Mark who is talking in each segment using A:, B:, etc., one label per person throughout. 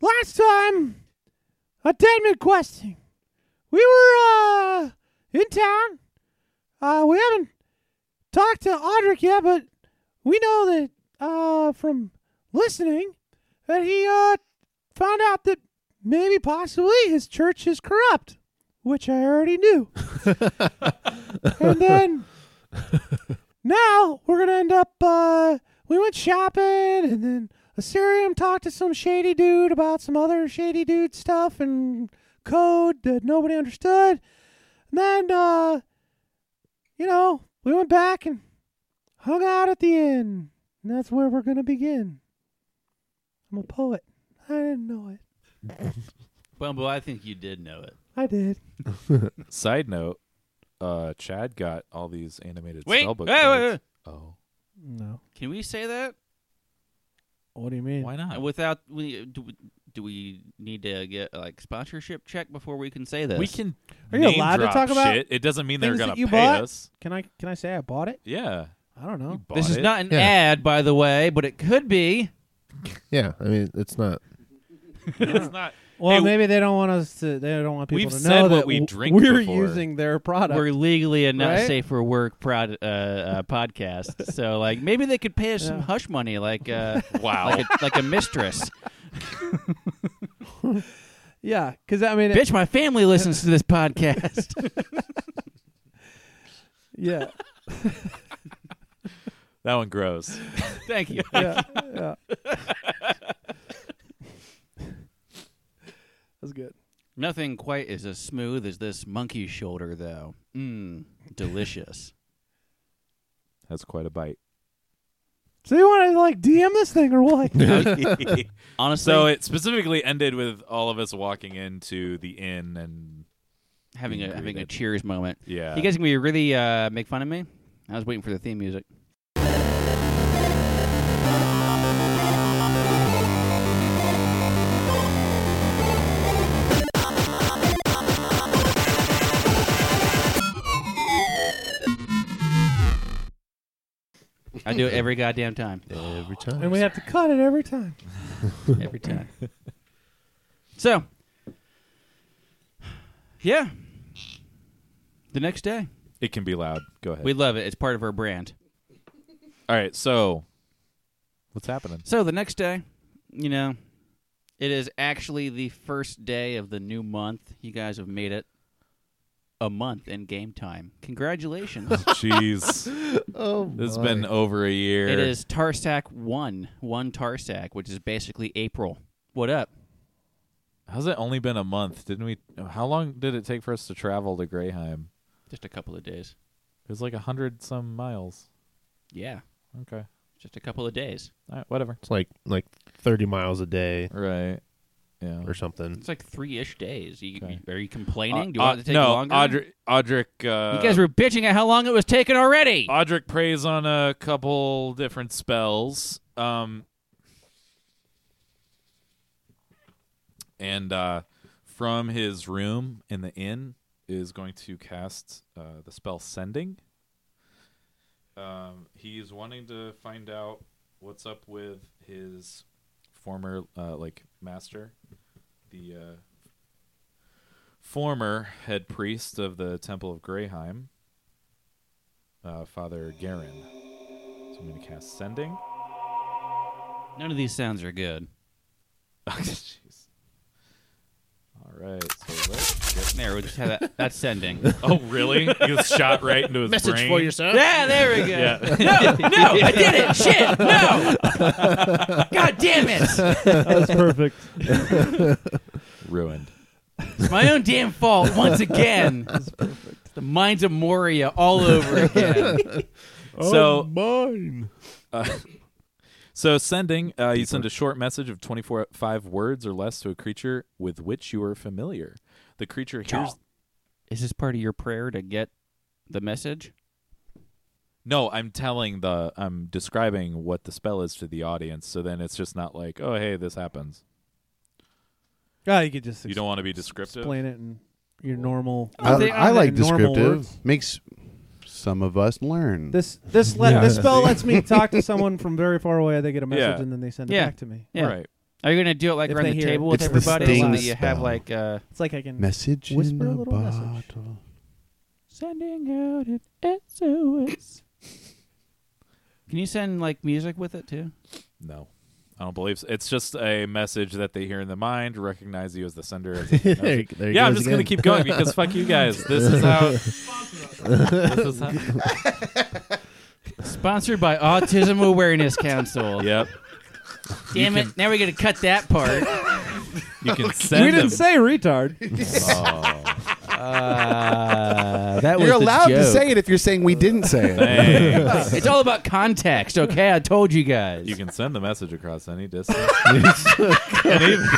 A: last time attainment questing, we were uh, in town. Uh, we haven't talked to Audric yet, but we know that uh, from listening that he uh, found out that maybe possibly his church is corrupt, which I already knew. and then now we're gonna end up. Uh, we went shopping, and then Assyrium talked to some shady dude about some other shady dude stuff and code that nobody understood. And then, uh, you know, we went back and hung out at the inn, and that's where we're gonna begin. I'm a poet. I didn't know it.
B: Bumble, I think you did know it.
A: I did.
C: Side note, uh, Chad got all these animated
B: Wait,
C: spellbook
B: wait, wait,
C: cards. Oh,
A: No.
B: Can we say that
A: What do you mean?
C: why not?
B: without we do, we- do we need to get like sponsorship check before we can say this?
C: We can.
A: Are you
C: name
A: allowed to
C: drop
A: talk about
C: shit. It doesn't mean they're
A: things that
C: gonna
A: you
C: pay
A: bought?
C: us.
A: Can I can I say I bought it?
C: Yeah.
A: I don't know.
C: Bought
B: This is
C: it.
B: not an
D: Yeah.
B: ad, by the way, but it could be.
D: Yeah, I mean, it's not.
C: it's not.
A: Well,
C: Hey,
A: maybe they don't want us to. They don't want people
C: we've
A: to know
C: said what
A: that
C: we
A: w-
C: drink
A: We're
C: before.
A: using their product.
B: We're legally a not
A: Right?
B: safe for work prod, uh, uh, podcast, so like maybe they could pay us some
A: Yeah.
B: hush money, like uh,
C: Wow.
B: like a, like a mistress.
A: yeah, because I mean, it-
B: Bitch, my family listens to this podcast.
A: yeah,
C: that one gross.
B: Thank you.
A: yeah, yeah. That's good.
B: Nothing quite is as smooth as this monkey shoulder, though. Mmm, delicious.
C: That's quite a bite.
A: So you want to like DM this thing or what?
B: Honestly,
C: So it specifically ended with all of us walking into the inn and
B: having a
C: Being
B: having a
C: greeted.
B: cheers moment.
C: yeah.
B: You guys gonna be really uh, make fun of me? I was waiting for the theme music. I do it every goddamn time.
D: Every time.
A: and we have to cut it every time.
B: every time. So, yeah, the next day
C: it can be loud. Go ahead.
B: we love it. It's part of our brand.
C: all right. So what's happening?
B: So the next day, you know, it is actually the first day of the new month. You guys have made it a month in game time. Congratulations!
C: Jeez,
D: Oh,
C: this has
D: my.
C: been over a year.
B: it is Tarsac one, one Tarsac, which is basically April. What up?
C: How's it only been a month? Didn't we? How long did it take for us to travel to Greyheim?
B: Just a couple of days.
C: It was like a hundred some miles.
B: Yeah,
C: Okay.
B: just a couple of days.
C: All right. Whatever.
D: It's like like thirty miles a day
C: Right. Yeah.
D: or something.
B: It's like three ish days. You,
C: Okay.
B: Are you complaining?
C: Uh,
B: Do you want
C: uh,
B: it to take
C: no,
B: longer?
C: Audric. Audric. Uh,
B: you guys were bitching at how long it was taking already.
C: Audric preys on a couple different spells. Um, and uh, from his room in the inn is going to cast uh, the spell Sending. Um, he's wanting to find out what's up with his former uh, like master, the uh, former head priest of the Temple of Greyheim uh, Father Garin. So I'm going to cast Sending.
B: None of these sounds are good.
C: Oh, Jeez. All right. So let's get.
B: There, we'll just have that. That's sending.
C: Oh, really? He was shot right into his brain.
D: yourself.
B: yeah, there we go.
C: Yeah.
B: No, I did it. Shit, no. God damn it.
A: That's perfect.
C: Ruined.
B: It's my own damn fault once again. The minds of Moria all over again.
C: So-
D: mine.
C: So sending, uh, you send a short message of 24 five words or less to a creature with which you are familiar. The creature hears.
B: Is this part of your prayer to get the message?
C: No, I'm telling the. I'm describing what the spell is to the audience. So then it's just not like, oh, hey, this happens.
A: Oh, you could just
C: Ah, You don't want to be descriptive.
A: explain it in your normal.
E: I,
A: in
E: I
A: your
E: like
A: normal
E: descriptive.
A: words.
E: Makes some of us learn.
A: This this let
C: Yeah.
A: this spell lets me talk to someone from very far away. They get a message
C: Yeah.
A: and then they send it
B: Yeah.
A: back to me.
B: Yeah.
C: Right.
B: Are you going to do it like
A: If
B: around
A: they
B: the
A: hear it.
B: table with
E: It's the
B: everybody? so
E: sting
B: that you have
E: spell.
B: like uh,
A: It's like I can.
E: Message
A: Whisper a
E: in a,
A: little
E: bottle.
A: message.
B: sending out an SOS. Can you send like music with it too?
C: No, I don't believe so. It's just a message that they hear in the mind, recognize you as the sender. as if they know you.
D: there
C: yeah, I'm
D: goes
C: just gonna
D: again.
C: keep going because fuck you guys. This is how. this is how
B: Sponsored by Autism Awareness Council.
C: yep.
B: Damn it! Now we got to cut that part.
C: You can send
A: We didn't
C: them.
A: say retard.
C: Oh,
B: Uh, that
E: You're allowed to say it if you're saying we didn't say it.
C: thanks.
B: It's all about context, okay? I told you guys.
C: You can send the message across any distance, and even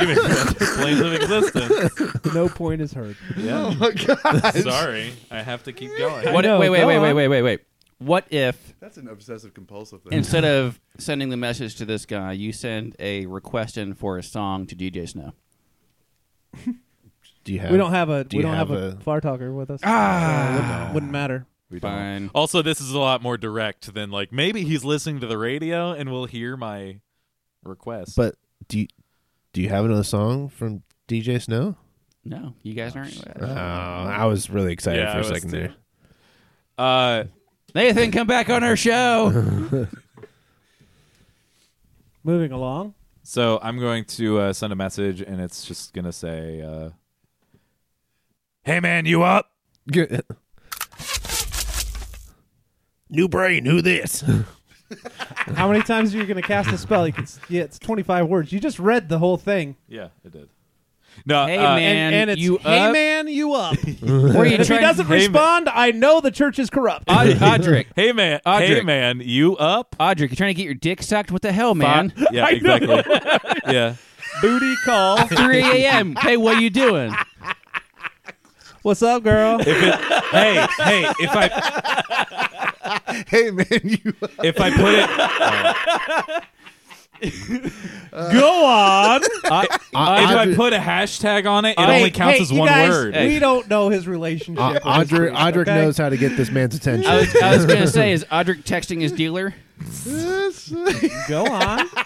C: even planes of existence.
A: no point is heard.
D: Oh
C: Yeah.
E: my god.
C: Sorry, I have to keep going.
B: What?
A: I know,
B: wait, wait,
A: go
B: wait, wait,
A: on.
B: wait, wait, wait. What if
E: That's an obsessive compulsive thing.
B: instead of sending the message to this guy, you send a request in for a song to DJ Snow?
D: Do you have?
A: We don't have a
D: Do
A: we
D: you
A: don't have,
D: have
A: a,
D: a-
A: far talker with us. Ah, wouldn't, wouldn't matter.
C: We don't.
B: Uh, Fine.
C: Also, this is a lot more direct than like maybe he's listening to the radio and will hear my request.
D: But do you, do you have another song from DJ Snow?
B: No, you guys aren't.
D: Oh, I was really excited
C: Yeah, I
D: for a
C: was
D: second
C: too.
D: there.
C: uh,
B: Nathan, come back on our show.
A: Moving along.
C: so I'm going to uh, send a message, and it's just gonna say, uh, "Hey man, you up?"
D: New brain, who this?
A: How many times are you going to cast a spell? You can, s- yeah, it's 25 words. You just read the whole thing.
C: Yeah, it did. No,
B: Hey,
C: uh,
B: man.
A: And,
B: And
A: it's,
B: you
A: hey
B: up?"
A: man, you up. and
B: Were you
A: if he
B: trying?
A: doesn't
C: Hey, man.
A: respond, I know the church is corrupt.
B: Od- Odrick,
C: Hey man, hey
B: Audric.
C: man, you up?
B: Odrick, you trying to get your dick sucked? What the hell, man?
C: Yeah, exactly. yeah.
A: Booty call.
B: 3 a.m. Hey, what you doing?
A: What's up, girl?
C: Hey, hey, if I
E: hey man, you
C: if I put it
A: Go on.
C: uh, if
D: I,
C: I put a hashtag on it, it
A: Hey,
C: only counts
A: hey, Ah,
C: as
A: you
C: one
A: guys,
C: word.
A: We don't know his relationship.
D: uh,
A: with his
D: Audric,
A: priest,
D: Audric
A: okay?
D: knows how to get this man's attention.
B: I was, I was gonna say, is Odrick texting his dealer?
A: Go on. Oh,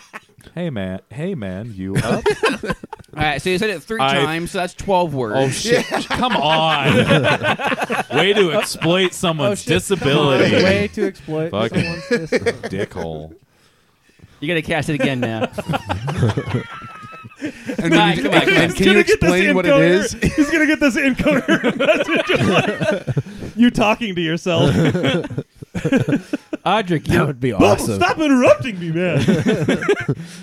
C: Hey man, hey man, you up?
B: All right, so you said it three
C: I-
B: times, so that's twelve words.
C: Oh shit! Come on. Way to exploit
A: Oh,
C: someone's
A: shit.
C: disability,
A: Come on. Way to exploit
C: Fuck.
A: someone's disability.
C: dickhole.
B: You gotta cast it again now.
E: and
B: Mike,
E: you,
B: come on, come on.
E: and can you explain what it is?
A: He's gonna get this encoder message of like, you talking to yourself.
B: Odrick,
D: that
B: you're,
D: would be awesome.
A: interrupting me, man.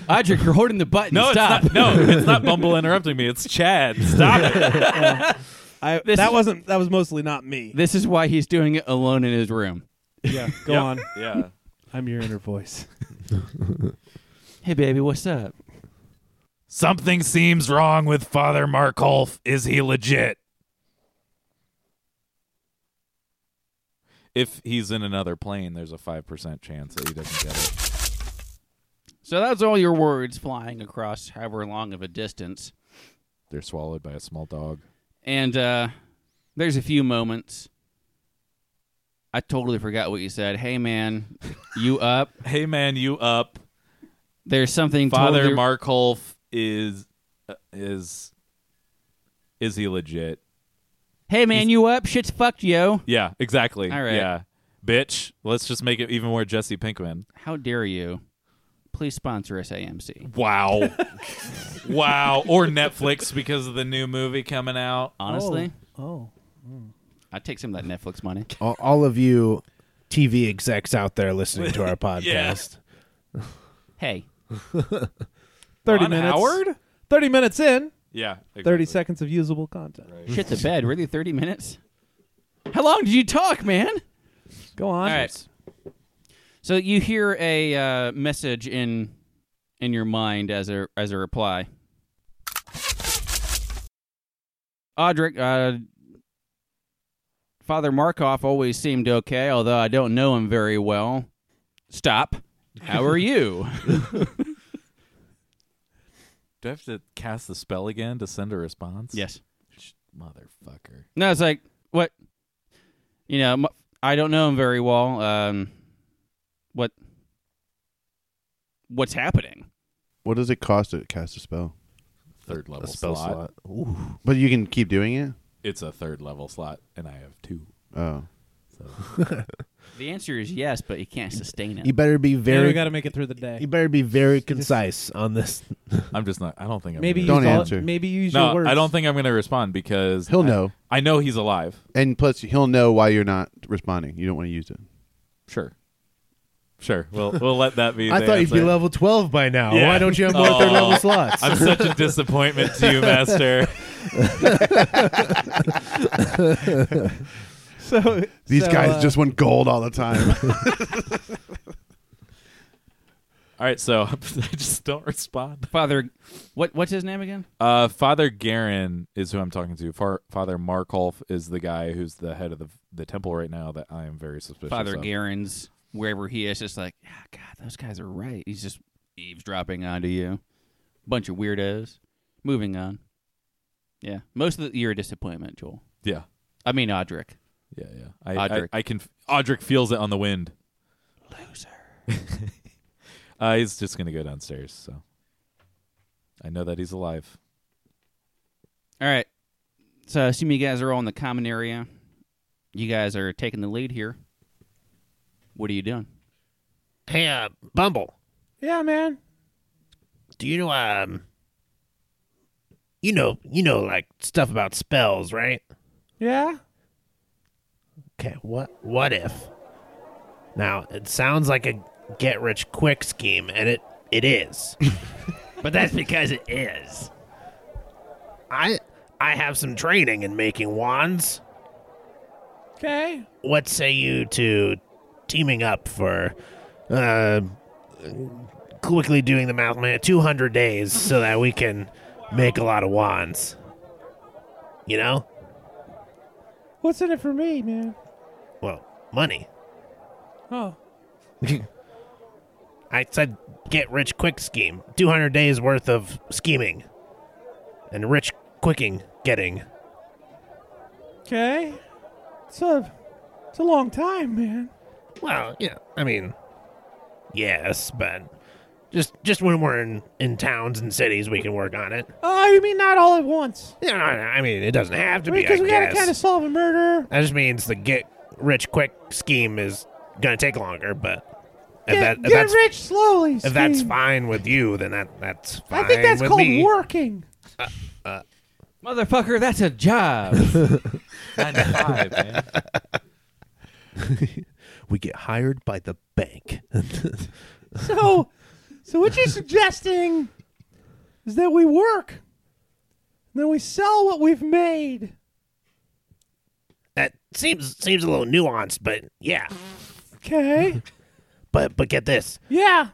B: Odrick, you're holding the button.
C: No,
B: Stop.
C: it's not. No, it's not Bumble interrupting me. It's Chad. Stop it.
A: I,
B: This
A: that
B: is-
A: wasn't. That was mostly not me.
B: This is why he's doing it alone in his room.
A: yeah, go
C: Yep.
A: on.
C: Yeah.
A: I'm your inner voice.
B: Hey, baby, what's up?
C: Something seems wrong with Father Markolf. Is he legit? If he's in another plane, there's a five percent chance that he doesn't get it.
B: So that's all your words flying across however long of a distance.
C: They're swallowed by a small dog.
B: And uh, there's a few moments. I totally forgot what you said. Hey, man, you up?
C: Hey man, you up?
B: There's something.
C: Father
B: totally-
C: Markolf is uh, is is he legit?
B: Hey, man, you up? Shit's fucked, yo.
C: Yeah, exactly.
B: All right.
C: Yeah, bitch. Let's just make it even more Jesse Pinkman.
B: How dare you? Please sponsor us, AMC.
C: Wow, wow. Or Netflix because of the new movie coming out.
B: Honestly,
A: Oh,
B: I'd take some of that Netflix money.
D: all, all of you TV execs out there listening to our podcast.
B: Hey,
A: thirty
C: Ron
A: minutes.
C: Howard?
A: Thirty minutes in.
C: Yeah. Exactly.
A: Thirty seconds of usable content.
B: shit the bed. Really, 30 minutes? How long did you talk, man?
A: Go on.
B: All right. So you hear a uh, message in in your mind as a as a reply. Audric, uh, Father Markov always seemed okay, although I don't know him very well. Stop. How are you?
C: Do I have to cast the spell again to send a response?
B: yes.
C: Sh- Motherfucker.
B: No, it's like what? You know, m- I don't know him very well. Um, what? What's happening?
E: What does it cost to cast a spell?
C: Third level
D: a spell
C: slot.
D: slot. Ooh.
E: But you can keep doing it.
C: It's a third level slot, and I have two.
E: Oh,
B: The answer is yes, but you can't sustain
D: You
B: it.
D: better be
A: Maybe we
D: very.
A: got to make it through the day.
D: you better be very concise on this.
C: I'm just not. I don't think I'm.
A: Maybe
C: gonna,
E: Don't
A: use all-
E: answer.
A: maybe use your
C: no,
A: words.
C: I don't think I'm going to respond because
E: he'll
C: I-
E: know,
C: I know he's alive.
E: and plus he'll know why you're not responding. You don't want to use it.
C: Sure, sure. We'll we'll let that be.
D: I
C: the
D: thought you'd be Oh.
C: answer.
D: level twelve by now.
C: Yeah.
D: Why don't you have more
C: Aw.
D: third level slots?
C: I'm such a disappointment to you, Master.
A: So
E: These
A: so,
E: guys
A: uh,
E: just want gold all the time.
C: All right, so I just don't respond.
B: Father, what what's his name again?
C: Uh, Father Garin is who I'm talking to. Far, Father Markolf is the guy who's the head of the the temple right now that I am very suspicious
B: Father
C: of.
B: Garin's wherever he is, just like, ah, God, those guys are right. He's just eavesdropping onto you. Bunch of weirdos. Moving on. Yeah, most of the, you're a disappointment, Joel.
C: Yeah,
B: I mean, Audric.
C: yeah, yeah. I, I,
B: Audric.
C: I can. Audric feels it on the wind.
B: Loser.
C: Uh, he's just gonna go downstairs. So I know that he's alive.
B: All right. So I assume you guys are all in the common area. You guys are taking the lead here. What are you doing?
D: hey, uh, Bumble.
A: yeah, man.
D: Do you know um? You know, you know, like stuff about spells, right?
A: Yeah.
D: Okay, what what if? Now, it sounds like a get rich quick scheme and it it is. but that's because it is. I I have some training in making wands.
A: Okay.
D: What say you to teaming up for uh quickly doing the math man 200 days so that we can make a lot of wands. You know?
A: What's in it for me, man?
D: Well, money.
A: Oh,
D: I said get rich quick scheme. 200 days worth of scheming and rich quicking getting.
A: okay. It's a, it's a long time, man.
D: Well, yeah, I mean yes, but just just when we're in in towns and cities we can work on it.
A: Oh, you mean not all at once?
D: You know, I mean, it doesn't have to be, I
A: Because we gotta
D: guess.
A: kind of solve a murder.
D: That just means the get rich quick scheme is going to take longer, but if
A: Get,
D: that if
A: get
D: that's
A: rich slowly.
D: if that's
A: scheme.
D: fine with you, then that that's fine
A: I think that's
D: with
A: called
D: me.
A: working.
B: Motherfucker, that's a job.
C: Nine to five, man.
D: We get hired by the bank.
A: So, so what you're suggesting is that we work, and then we sell what we've made.
D: That seems seems a little nuanced, but yeah.
A: Okay.
D: But but get this:
A: Yeah.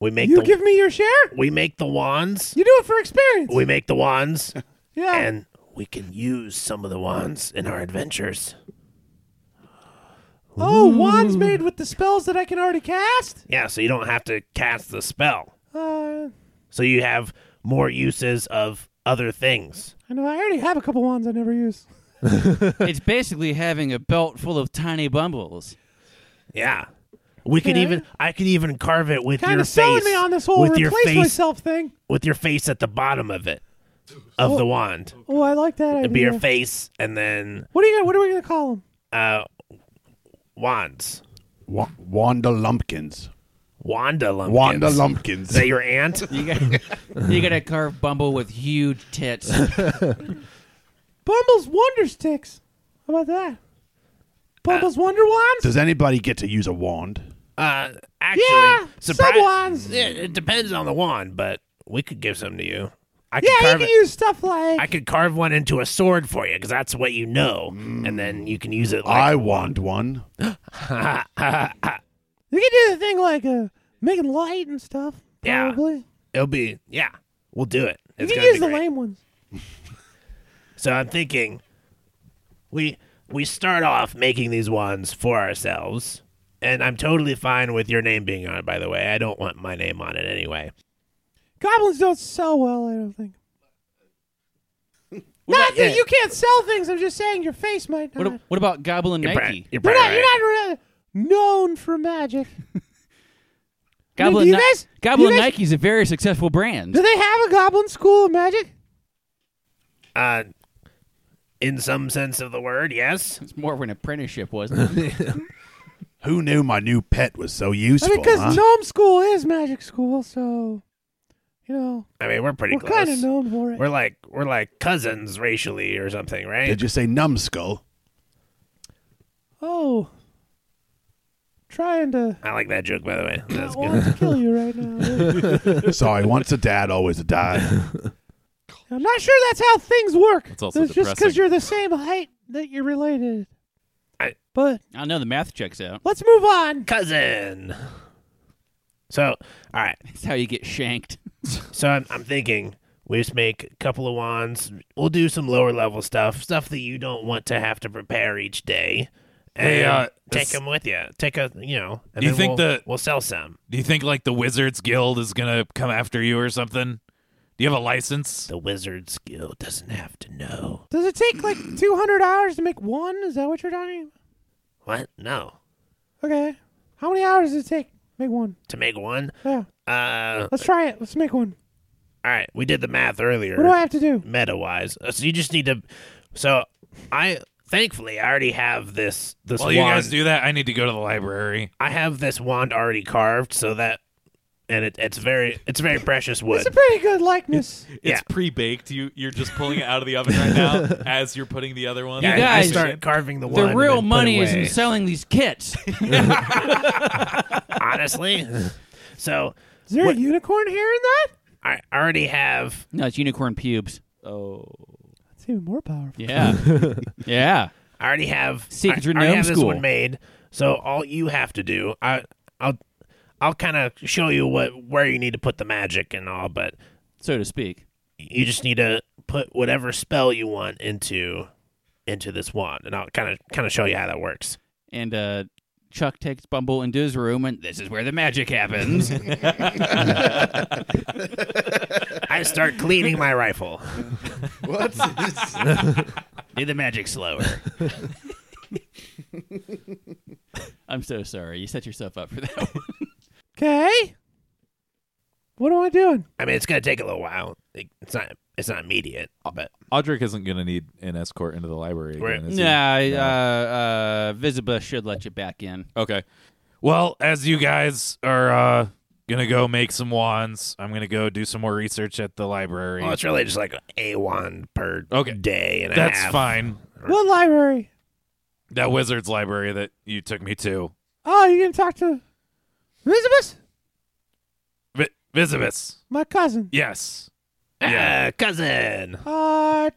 D: we make
A: You
D: the,
A: give me your share.
D: we make the wands.
A: You Ah. do it for experience.
D: We make the wands,
A: yeah.
D: and we can use some of the wands in our adventures.
A: oh, wands made with the spells that I can already cast.
D: Yeah, so you don't have to cast the spell.
A: Uh,
D: So you have more uses of other things.
A: I know. I already have a couple wands I never use.
B: it's basically having a belt full of tiny bumbles.
D: Yeah. We could
A: Okay.
D: even I could even carve it with
A: Kind
D: your
A: of selling
D: face
A: me on this whole
D: with your
A: replace
D: face
A: myself thing.
D: with your face at the bottom of it of the wand.
A: Oh, I like that
D: It'd be your
A: idea.
D: face and then
A: What are you? Gonna, what are we gonna call them?
D: uh wands.
E: Wa- Wanda Lumpkins.
D: Wanda lumpkins.
E: Wanda
D: Is
E: Lumpkins.
D: that your aunt?
B: You got, you got to carve bumble with huge tits.
A: Bumble's Wonder Sticks. How about that? Bumble's Wonder Wands.
E: Does anybody get to use a wand?
D: Uh actually
A: Yeah,
D: surprise-
A: some wands.
D: It, it depends on the wand, but we could give some to you. I could
A: yeah, you
D: carve
A: can
D: it.
A: use stuff like
D: I could carve one into a sword for you because that's what you know, and then
A: Mm.
D: you can use it like
E: I want one.
A: you can do the thing like uh, making light and stuff.
D: Yeah.
A: Probably.
D: it'll be. Yeah, we'll do it. It's
A: you can
D: gonna be
A: use the
D: great.
A: lame ones.
D: So I'm thinking we we start off making these ones for ourselves. And I'm totally fine with your name being on it, by the way. I don't want my name on it anyway.
A: Goblins don't sell well. I don't think. Not that
D: yeah.
A: you can't sell things. I'm just saying your face might not.
B: What, a- what about Goblin
D: You're
B: Nike?
D: pri- you're
A: You're
D: probably
A: not. You're not really known for magic. mean,
B: Goblin,
A: do you
B: Ni-
A: guys- do
B: Goblin
A: you guys-
B: Nike's a very successful brand.
A: Do they have a goblin school of magic?
D: Uh, in some sense of the word, yes.
B: It's more of an apprenticeship, wasn't it?
E: Who knew my new pet was so
A: I
E: useful?
A: mean, because
E: huh?
A: gnome school is magic school, so you know
D: I mean, we're pretty
A: we're
D: close.
A: kind of known for it.
D: We're like we're like cousins racially or something, right?
E: Did you say numbskull?
A: oh, trying to
D: I like that joke, by the way. That's
A: I
D: good.
A: want to kill you right now.
E: Sorry, once a dad, always a dad.
A: I'm not sure that's how things work.
C: It's also
A: just because
C: depressing.
A: you're the same height that you're related.
D: I-
A: but
B: I know the math checks out.
A: let's move on.
D: Cousin. So, all right.
B: That's how you get shanked.
D: So I'm, I'm thinking we just make a couple of wands. We'll do some lower level stuff, stuff that you don't want to have to prepare each day. And
C: Hey, uh,
D: take
C: this-
D: them with you. Take a, you know. And
C: Do you
D: then
C: think
D: we'll,
C: that-
D: we'll sell some?
C: Do you think like the Wizards Guild is gonna come after you or something? Do you have a license?
D: The wizard skill doesn't have to know.
A: Does it take like 200 hours to make one? Is that what you're talking?
D: What? No.
A: about? Okay. How many hours does it take? Make one.
D: To make one.
A: Yeah.
D: Uh.
A: Let's try it. Let's make one.
D: All right. We did the math earlier.
A: What do I have to do?
D: meta wise. So you just need to. So I thankfully I already have this this
C: While
D: wand.
C: you guys do that, I need to go to the library.
D: I have this wand already carved, so that and it, it's very it's very precious wood.
A: It's a pretty good likeness.
D: Yeah.
C: pre-baked. You you're just pulling it out of the oven right now as you're putting the other one.
D: Yeah, I-
B: You
D: I
B: guys-
D: started carving the
B: The
D: wand. and then
B: real
D: put
B: money
D: it
B: is in
D: away.
B: selling these kits.
D: honestly. so
A: Is there
D: What-
A: a unicorn hair in that?
D: I already have.
B: no, it's unicorn pubes. Oh.
A: That's even more powerful.
B: Yeah. yeah.
D: I already have.
B: Secret
D: I, I already
B: Genome
D: have this
B: School.
D: one made. So all you have to do, I I'll I'll kind of show you what where you need to put the magic and all, but
B: So to speak.
D: you just need to put whatever spell you want into into this wand and i'll kind of kind of show you how that works
B: And uh, Chuck takes Bumble into his room, and this is where the magic happens.
D: i start cleaning my rifle
E: What's this?
B: Do the magic slower. I'm so sorry. You set yourself up for that one.
A: Okay. What am I doing?
D: i mean it's gonna take a little while Like, it's not it's not immediate but
C: Audric isn't gonna need an escort into the library again.
D: Right.
C: is he?
B: Nah, uh, uh, Visiba should let you back in.
C: Okay. Well, as you guys are uh gonna go make some wands, I'm gonna go do some more research at the library.
D: well, Oh, it's really just like a wand per
C: Okay.
D: day and a
C: That's
D: half.
C: fine.
A: What library?
C: That wizard's library that you took me to.
A: Oh, you gonna talk to Elizabeth?
C: Vi- Visibus.
A: My cousin.
C: Yes.
D: yeah Ah, cousin
A: Uh,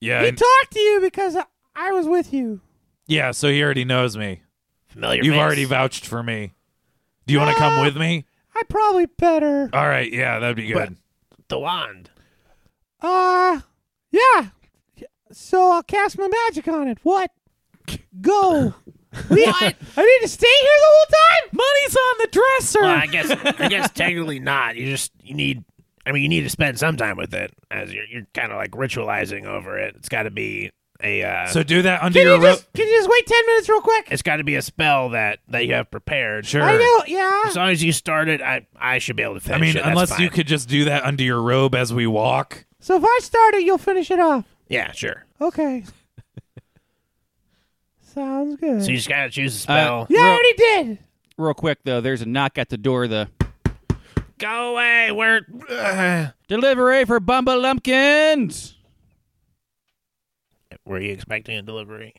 C: Yeah.
A: he
C: and-
A: talked to you because I, I was with you.
C: yeah, so he already knows me.
D: familiar
C: You've
D: face.
C: already vouched for me. Do you want to come with me?
A: I probably better.
C: All right, yeah, that'd be good.
D: the wand
A: Uh, yeah. So I'll cast my magic on it. What? Go. what? I need to stay here the whole time?
C: Money's on the dresser.
D: well, i guess i guess technically not you just you need i mean you need to spend some time with it as you're, you're kind of like ritualizing over it it's got to be a uh,
C: so do that under
A: Can
C: your
A: you,
C: rope.
A: just, can you just wait 10 minutes real quick?
D: it's got to be a spell that that you have prepared.
C: Sure.
A: I know, yeah.
D: As long as you start it, I I should be able to
C: I
D: finish.
C: mean,
D: it. That's
C: unless you
D: fine.
C: could just do that under your robe as we walk.
A: So if I start it, you'll finish it off.
D: Yeah, sure.
A: Okay. Sounds good.
D: So you just gotta choose a
C: Uh,
D: spell.
A: yeah, I
B: Real-
A: already did.
B: Real quick though, there's a knock at the door. The
D: Go away. We're. Uh,
B: delivery for Bumba Lumpkins.
D: were you expecting a delivery?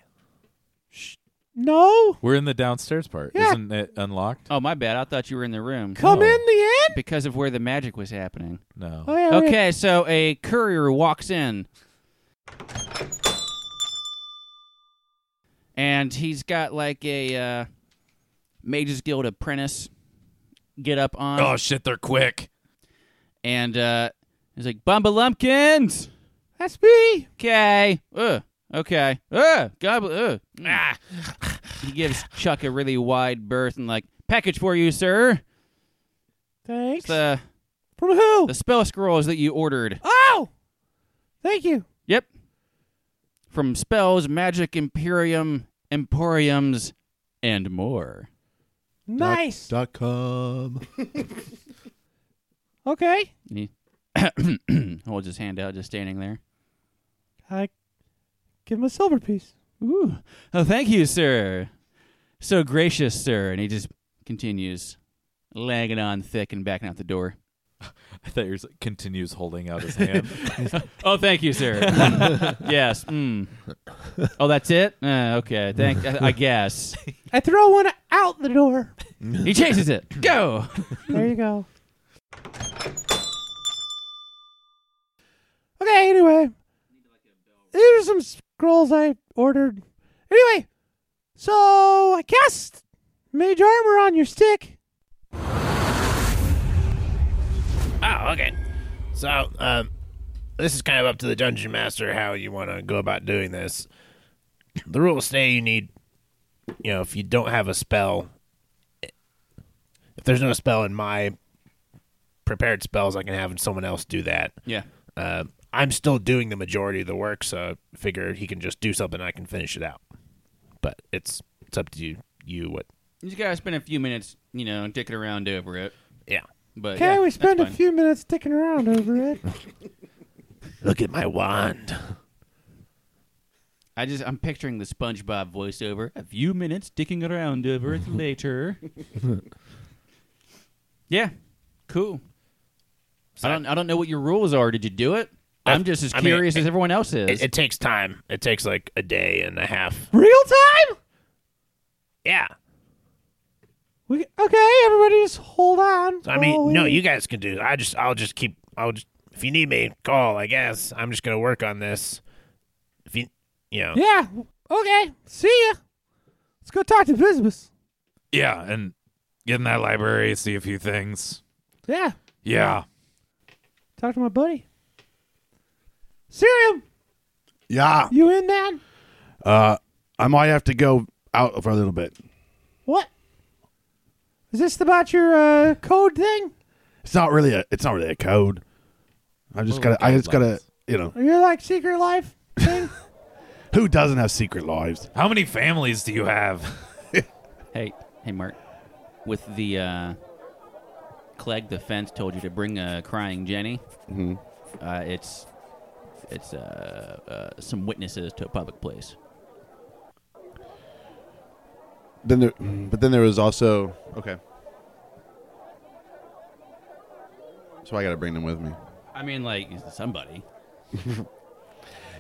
A: No.
C: We're in the downstairs part.
A: Yeah.
C: Isn't it unlocked?
B: Oh my bad, I thought you were in the room Oh.
A: Come
C: No.
A: in the end?
B: because of where the magic was happening.
C: No.
A: Oh, yeah,
B: Okay, so a courier walks in. And he's got like a uh, Mages Guild apprentice get up on.
C: Oh shit, they're quick.
B: and uh, he's like, Bumba Lumpkins!
A: That's me.
B: Okay. Uh, okay. Uh, gobble. Uh.
D: Ah,
B: He gives Chuck a really wide berth and like, package for you, sir.
A: Thanks.
B: It's the,
A: From who?
B: the spell scrolls that you ordered.
A: Oh! Thank you.
B: Yep. From spells, magic, imperium, emporiums, and more.
A: Nice.
E: Dot com.
A: Okay.
B: And he holds his hand out, just standing there.
A: I give him a silver piece.
B: Ooh. Oh, thank you, sir. So gracious, sir. And he just continues lagging on thick and backing out the door.
C: I thought yours continues holding out his hand.
B: Oh, thank you, sir. Mm. yes. Mm. Oh, that's it? Uh, okay. Thank. I, I guess.
A: I throw one out the door.
B: He chases it. Go.
A: There you go. Okay, anyway. These are some scrolls I ordered. Anyway, so I cast mage armor on your stick.
D: Oh, okay. So, um, this is kind of up to the dungeon master how you want to go about doing this. The rules say you need, you know, if you don't have a spell, if there's no spell in my prepared spells, I can have someone else do that.
B: Yeah.
D: Uh, I'm still doing the majority of the work, so I figure he can just do something and I can finish it out. But it's it's up to you. You what?
B: You just gotta spend a few minutes, you know, dicking around over it.
D: Uh, Yeah.
B: But
A: Okay,
B: yeah,
A: we
B: that's
A: spend a
B: fine.
A: few minutes sticking around over it.
D: Look at my wand.
B: I just I'm picturing the SpongeBob voiceover. A few minutes dicking around over it later. yeah, cool. I don't I don't know what your rules are. Did you do it?
D: I-
B: I'm just as
D: I mean,
B: curious as everyone else is.
D: It, it takes time. It takes like a day and a half.
A: Real time?
D: Yeah.
A: We okay, everybody just hold on.
D: So, I mean,
A: while we-
D: no, you guys can do. It. I just, I'll just keep. I'll just, if you need me, call. I guess I'm just gonna work on this. If you, you know,
A: Yeah. Okay. See ya. Let's go talk to business.
C: yeah, and get in that library, see a few things.
A: Yeah.
C: Yeah.
A: Talk to my buddy. Sirium,
E: Yeah.
A: you in, man?
E: Uh, I might have to go out for a little bit.
A: What? Is this about your uh, code thing?
E: It's not really a. It's not really a code. I just
C: What are
E: gotta. I
C: the
E: just gotta.
C: guidelines?
E: You know,
A: Or your like secret life thing?
E: who doesn't have secret lives?
C: How many families do you have?
B: hey, hey, Mark. With the uh, Clegg the fence told you to bring a crying Jenny. Mm-hmm. Uh, it's it's uh, uh, some witnesses to a public place.
E: Then there, but then there was also okay. So I gotta bring them with me.
B: I mean, like somebody.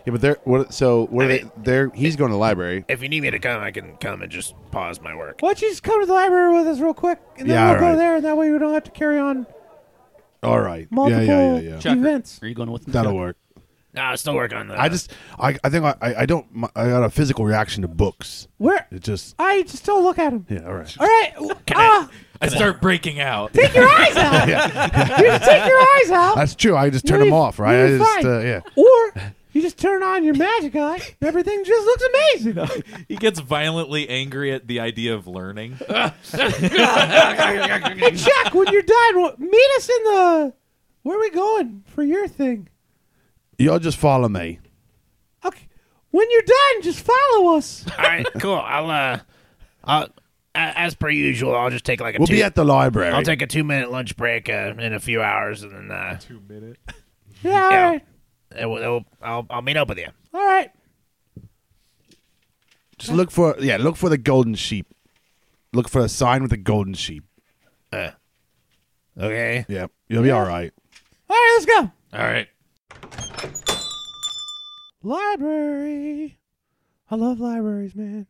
E: Yeah, but they're what? So what
D: I
E: are they?
D: mean-
E: They're he's going to the library.
D: if you need me to come, I can come and just pause my work.
A: Why don't you just come to the library with us real quick, and then
E: Yeah,
A: we'll go
E: alright.
A: there, and that way we don't have to carry on
E: All right. Yeah,
A: multiple
E: yeah, yeah, yeah.
B: Chucker,
A: events.
B: Are you going with me?
E: That'll work.
D: No, I still work on the.
E: I just, I, I think I, I I don't, my- I got a physical reaction to books.
A: Where?
E: It just,
A: I just don't look at him.
E: yeah, all right.
A: All right. Ah,
C: I start breaking out.
A: take your eyes out. You just take your eyes out.
E: That's true. I just turn
A: You'll
E: them
A: be-
E: off, right?
A: you'll
E: I
A: be
E: just,
A: fine.
E: uh, yeah.
A: Or you just turn on your magic eye, and everything just looks amazing.
C: He gets violently angry at the idea of learning.
A: Hey, Chuck, when you're done, w- meet us in the. Where are we going for your thing?
E: Y'all just follow me.
A: Okay. When you're done, just follow us.
D: All right, cool. I'll, uh, I'll, a- as per usual, I'll just take like a.
E: We'll
D: two,
E: be at the library.
D: I'll take a two-minute lunch break uh, in a few hours, and then uh,
A: Yeah, all
D: Yeah.
A: right.
D: it will, it will, I'll, I'll meet up with you.
A: All right.
E: just look for, yeah, look for the golden sheep. Look for a sign with the golden sheep.
D: Uh, okay.
E: Yeah, you'll be all right.
A: All right, let's go.
D: All right.
A: Library. I love libraries, man.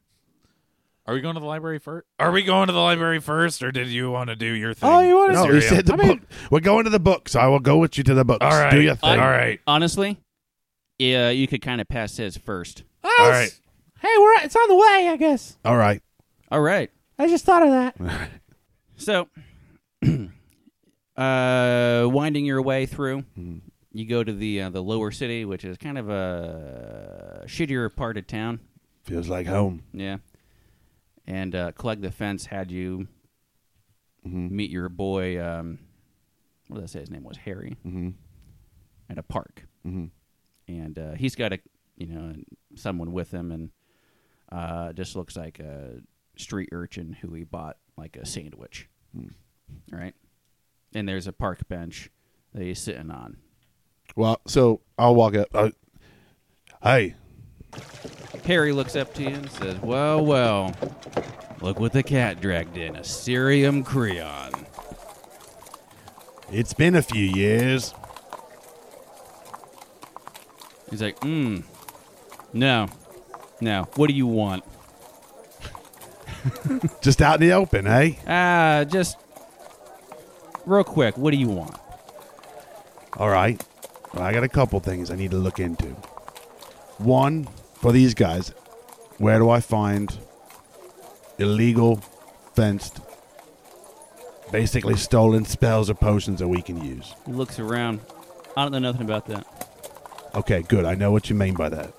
C: Are we going to the library first? Are we going to the library first, or did you want to do your thing?
A: Oh, you want
E: No,
A: to?
E: we said the
A: I mean-
E: book. We're going to the books. I will go with you to the books.
C: All right.
E: Do your thing.
C: All right.
B: Honestly, yeah, you could kind of pass his first.
A: All
C: right.
A: Hey, we're it's on the way, I guess.
E: All right.
B: All right.
A: I just thought of that.
B: So, uh, winding your way through, you go to the uh, the lower city, which is kind of a shittier part of town.
E: Feels like home.
B: Yeah. And uh, Clegg the Fence had you
E: Mm-hmm.
B: meet your boy. Um, what did I say his name was? Harry. Mm-hmm. At a park.
E: Mhm.
B: And uh, he's got a you know someone with him, and uh, just looks like a street urchin who he bought like a sandwich, right? And there's a park bench that he's sitting on.
E: Well, so I'll walk up. Uh, hey,
B: Harry looks up to you and says, "Well, well, look what the cat dragged in—a cerium creon."
E: it's been a few years.
B: He's like, "Mm, no, no. What do you want?
E: Just out in the open, hey?
B: Ah, just real quick. What do you want?"
E: All right. Well, I got a couple things I need to look into. One, for these guys, where do I find illegal, fenced, basically stolen spells or potions that we can use?
B: He looks around. I don't know nothing about that.
E: Okay, good. I know what you mean by that.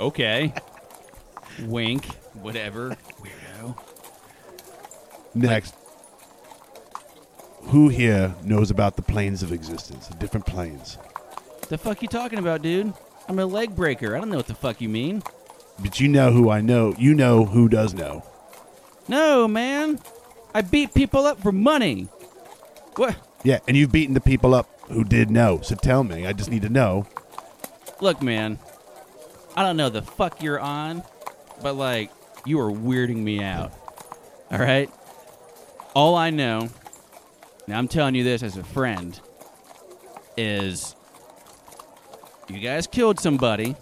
B: Okay. Wink. Whatever. Weirdo.
E: Next, who here knows about the planes of existence, the different planes?
B: The fuck you talking about, dude? I'm a leg breaker. I don't know what the fuck you mean.
E: But you know who I know. You know who does know.
B: No, man. I beat people up for money. What?
E: Yeah, and you've beaten the people up who did know. So tell me. I just need to know.
B: Look, man. I don't know the fuck you're on, but like you are weirding me out. All right? All I know, now I'm telling you this as a friend, is you guys killed somebody.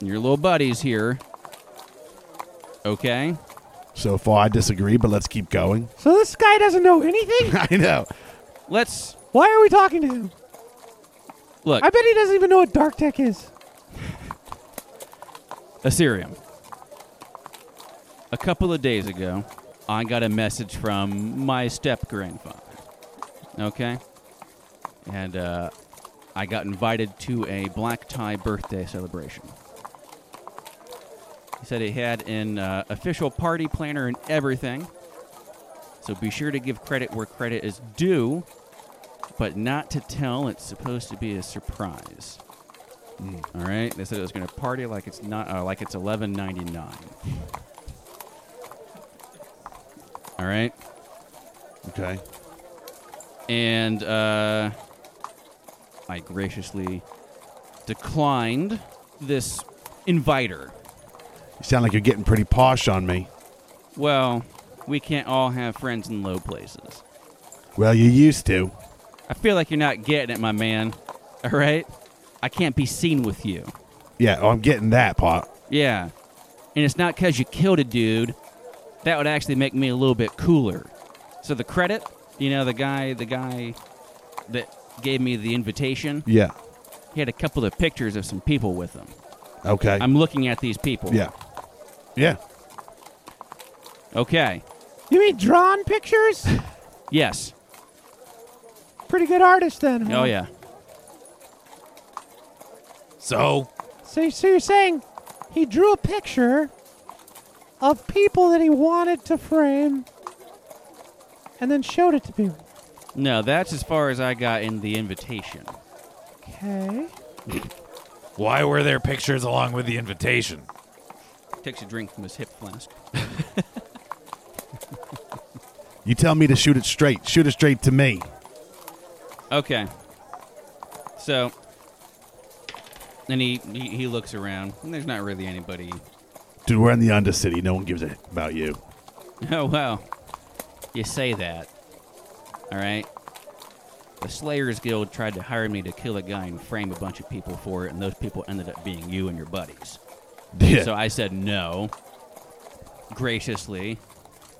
B: and Your little buddy's here. Okay?
E: So far, I disagree, but let's keep going.
A: So this guy doesn't know anything?
E: I know.
B: Let's
A: Why are we talking to him?
B: look.
A: I bet he doesn't even know what dark tech is.
B: Assyrium. A couple of days ago, I got a message from my step grandfather. Okay? And uh, I got invited to a black tie birthday celebration. He said he had an uh, official party planner and everything. So be sure to give credit where credit is due, but not to tell. It's supposed to be a surprise. All right. They said it was going to party like it's not uh, like it's eleven ninety nine. All right.
E: Okay.
B: And uh, I graciously declined this inviter.
E: You sound like you're getting pretty posh on me.
B: Well, we can't all have friends in low places.
E: Well, you used to.
B: I feel like you're not getting it, my man. All right. I can't be seen with you.
E: Yeah, oh, I'm getting that part.
B: Yeah. And it's not because you killed a dude. That would actually make me a little bit cooler. So the credit, you know, the guy, the guy that gave me the invitation,
E: Yeah.
B: he had a couple of pictures of some people with him.
E: Okay.
B: I'm looking at these people.
E: yeah. Yeah.
B: Okay.
A: You mean drawn pictures?
B: Yes.
A: Pretty good artist then. huh?
B: Oh yeah.
C: So
A: So, so you're saying he drew a picture of people that he wanted to frame and then showed it to people.
B: No, that's as far as I got in the invitation.
A: Okay.
C: why were there pictures along with the invitation?
B: Takes a drink from his hip flask.
E: You tell me to shoot it straight. Shoot it straight to me.
B: Okay. So, and he, he he looks around. And there's not really anybody
E: Dude, we're in the Undercity. No one gives a about you.
B: Oh, well. You say that. All right. The Slayers Guild tried to hire me to kill a guy and frame a bunch of people for it, and those people ended up being you and your buddies.
E: Yeah.
B: So I said no, graciously,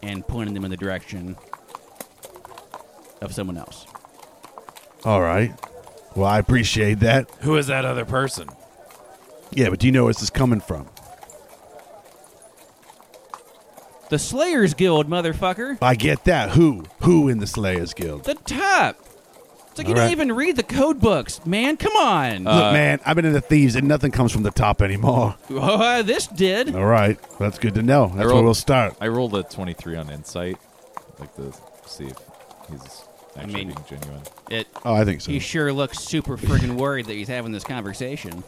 B: and pointed them in the direction of someone else.
E: All right. Well, I appreciate that.
C: Who is that other person?
E: Yeah, but do you know where this is coming from?
B: The Slayers Guild, motherfucker!
E: I get that. Who? Who in the Slayers Guild?
B: The top! It's like you
E: All
B: don't
E: right.
B: even read the code books, man. Come on!
E: Look, man, I've been in the thieves, and nothing comes from the top anymore.
B: Uh, this did.
E: All right, that's good to know. That's
C: rolled-
E: where we'll start.
C: I rolled a 23 on insight, like to see if he's actually
B: mean-
C: being genuine.
B: It
E: Oh, I think so.
B: He sure looks super friggin' worried that he's having this conversation.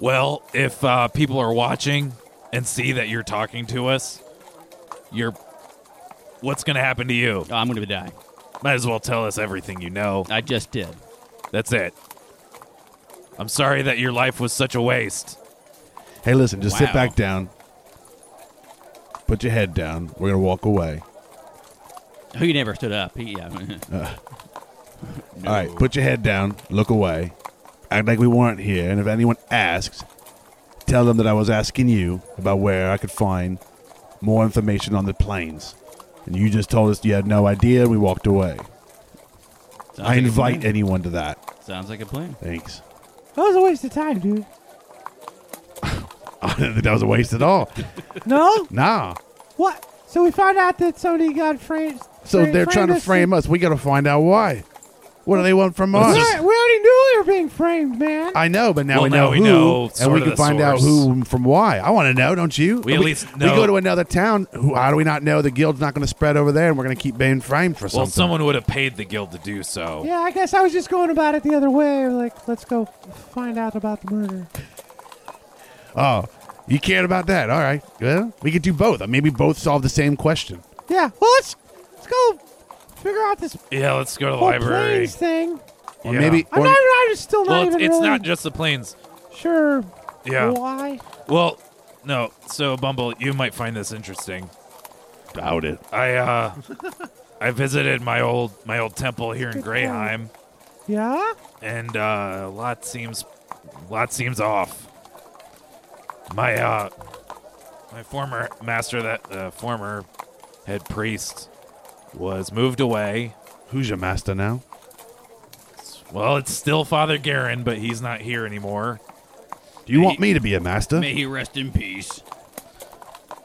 C: Well, if uh, people are watching, and see that you're talking to us, you're. What's going to happen to you?
B: Oh, I'm going to die.
C: Might as well tell us everything you know.
B: I just did.
C: That's it. I'm sorry that your life was such a waste.
E: Hey, listen, just sit
B: Wow.
E: back down. Put your head down. We're going to walk away.
B: Who you never stood up. He, yeah.
E: All right, put your head down. Look away. Act like we weren't here. And if anyone asks, tell them that I was asking you about where I could find more information on the planes. And you just told us you had no idea and we walked away.
B: Sounds
E: I
B: like a
E: invite
B: plan.
E: anyone to that.
B: Sounds like a plan.
E: Thanks.
A: That was a waste of time, dude.
E: I don't think that was a waste at all.
A: No?
E: Nah.
A: what? So we found out that somebody got framed.
E: So they're trying to frame us. We got to find out why. What do they want from
A: We
E: us?
A: already, we already knew we were being framed, man.
E: I know, but now
C: Well,
E: we know
C: now we
E: who,
C: know
E: and
C: sort
E: we
C: of
E: can
C: the
E: find out
C: source.
E: who and from why. I want to know, don't you?
C: We at least
E: we
C: know-
E: go to another town. Who, how do we not know the guild's not going to spread over there, and we're going to keep being framed for
C: Well,
E: something?
C: someone would have paid the guild to do so.
A: yeah, I guess I was just going about it the other way. Like, let's go find out about the murder.
E: oh, you cared about that? All right, well, we could do both. Uh, Maybe both solve the same question.
A: Yeah. Well, let's let's go figure out this
C: Yeah, let's go to the
A: whole
C: library.
A: planes thing.
E: Or
C: Yeah.
E: maybe,
A: I'm
E: or-
A: not. I'm just still not
C: Well, it's,
A: even
C: it's
A: really
C: not just the planes.
A: sure
C: Yeah.
A: why.
C: Well, no. So, Bumble, you might find this interesting.
E: doubt it.
C: I uh, I visited my old my old temple here in
A: Good point.
C: Greyheim,
A: Yeah.
C: and uh, a lot seems a lot seems off. My uh, my former master, that uh, former head priest, was moved away.
E: Who's your master now?
C: Well, it's still Father Garin, but he's not here anymore.
E: Do you
B: May-
E: want me to be a master?
B: May he rest in peace.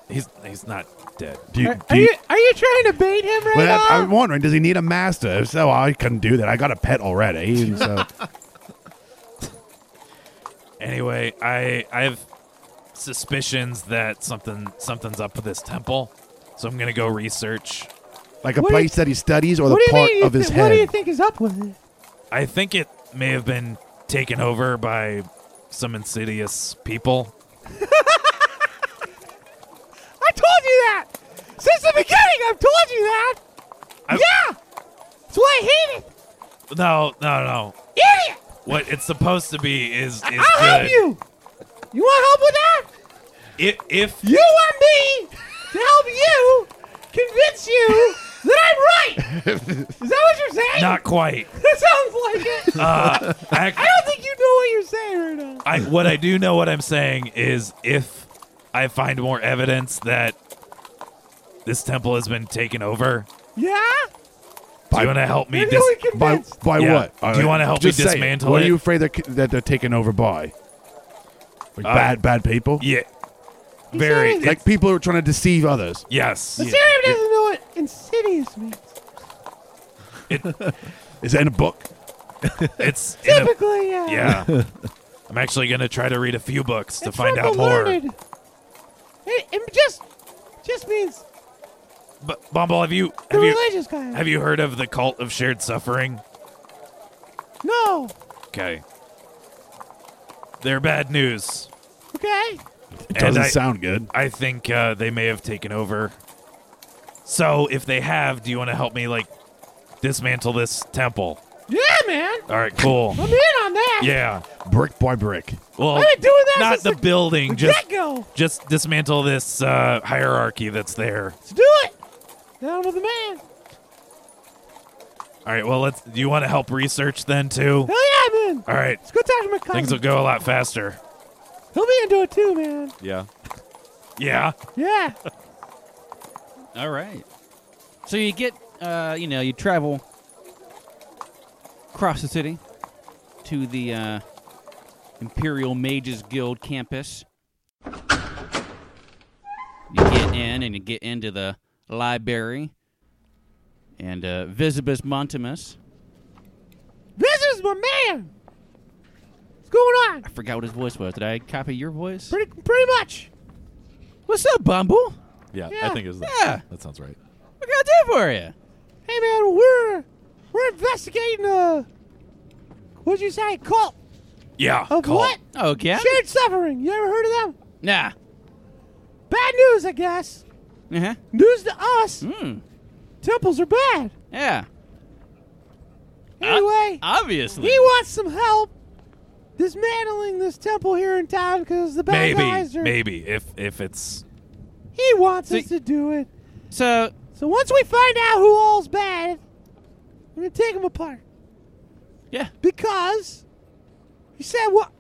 C: He's he's not dead.
E: Do you,
A: Are,
E: do
A: are you are you trying to bait him right
E: well,
A: now?
E: I'm wondering, does he need a master? If so, I couldn't do that. I got a pet already. and So
C: Anyway, I I have suspicions that something something's up with this temple, so I'm gonna go research.
E: like a
A: What do you-
E: place that he studies or
A: what do
E: the
A: you
E: part
A: mean you
E: of his
A: thi-
E: head.
A: What do you think is up with it?
C: I think it may have been taken over by some insidious people.
A: I told you that since the beginning. I've told you that.
C: I-
A: yeah. That's why I hate it,
C: No, no, no.
A: idiot.
C: What it's supposed to be is is
A: I'll help
C: good.
A: you. You want help with that?
C: If, if
A: You want me to help you convince you that I'm right. Is that what you're saying?
C: not quite.
A: That sounds like it.
C: Uh, I,
A: I don't think you know what you're saying right now.
C: I what I do know what I'm saying is if I find more evidence that this temple has been taken over,
A: Yeah?
C: do you want to help me?
A: Maybe
C: dis-
A: we
E: By,
A: convinced.
E: by
C: Yeah.
E: what?
C: Do
E: All
C: you wanna help me
E: Just say it.
C: dismantle
E: What are
C: it?
E: you afraid they're, that they're taken over by? Like
C: Uh,
E: bad, bad people?
C: Yeah.
A: He
C: Very.
A: said it.
E: Like people who are trying to deceive others.
C: yes.
A: The Serium doesn't know what insidious means.
E: Is that in a book?
C: It's in a,
A: Typically, uh, yeah.
C: yeah. I'm actually gonna try to read a few books to
A: It's
C: find
A: from
C: out
A: the
C: more.
A: learned. It, it just, just means
C: But Bumble, have you
A: the
C: have you
A: religious guy.
C: have you heard of the cult of shared suffering?
A: no.
C: Okay. They're bad news.
A: Okay.
E: It doesn't
C: and I,
E: sound good.
C: I think uh, they may have taken over. So if they have, do you want to help me like dismantle this temple?
A: Yeah, man.
C: All right, cool.
A: I'm in on that.
C: yeah.
E: Brick by brick.
C: Well,
A: I've been doing that
C: not
A: since
C: the
A: the-
C: building, just
A: Get go.
C: just dismantle this uh, hierarchy that's there.
A: Let's do it. Down with the man.
C: All right, well, let's. Do you want to help research then too?
A: Hell yeah, man.
C: All right,
A: Let's go talk to my cousin.
C: things will go a lot faster.
A: He'll be into it too, man.
C: Yeah. Yeah.
A: Yeah.
B: All right. So you get, uh, you know, you travel across the city to the uh, Imperial Mages Guild campus. You get in and you get into the library, and uh, Visibus Montimus.
A: this is my man. What's going on?
B: I forgot what his voice was. Did I copy your voice?
A: Pretty, pretty much.
B: What's up, Bumble?
A: Yeah. think
C: it's
B: Yeah.
C: That sounds right.
B: What can I do for you?
A: Hey man, we're we're investigating uh what'd you say? Cult
C: Yeah.
A: of
C: cult.
A: what?
B: Okay.
A: Shared suffering. You ever heard of them?
B: Oh, Nah.
A: Bad news, I guess.
B: Uh huh.
A: News to us.
B: Hmm.
A: Temples are bad.
B: Yeah.
A: Anyway,
B: Obviously.
A: he wants some help dismantling this temple here in town because the bad guys
C: Maybe,
A: are.
C: maybe if if it's
A: He wants
B: So
A: us to do it.
B: so
A: So once we find out who all's bad, we're gonna take him apart
B: yeah.
A: because he said what?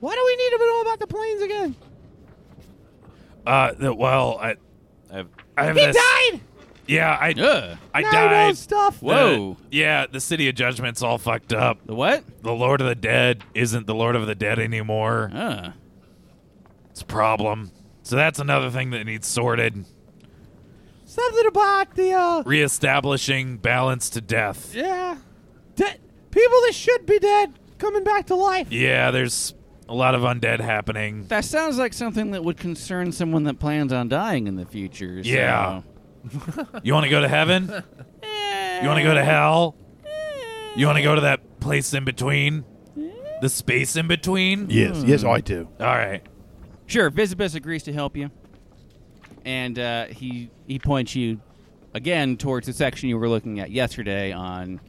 A: Why do we need to know about the planes again?
C: uh, the- well, I, I, I have
A: He
C: this.
A: died.
C: Yeah, I,
B: Ugh.
C: I
A: Night
C: died.
A: old stuff.
C: The-
B: Whoa.
C: yeah, the city of judgment's all fucked up.
B: The what?
C: The Lord of the Dead isn't the Lord of the Dead anymore.
B: Uh.
C: It's a problem. So that's another thing that needs sorted.
A: Something about the uh,
C: Reestablishing balance to death.
A: yeah, dead people that should be dead coming back to life.
C: Yeah, there's a lot of undead happening.
B: That sounds like something that would concern someone that plans on dying in the future. so-
C: Yeah. You want to go to heaven? You want to go to hell? You want to go to that place in between? The space in between?
E: Yes, yes,
F: Hmm.
E: I do.
C: All right.
B: Sure, Visibus agrees to help you, and uh, he he points you again towards the section you were looking at yesterday on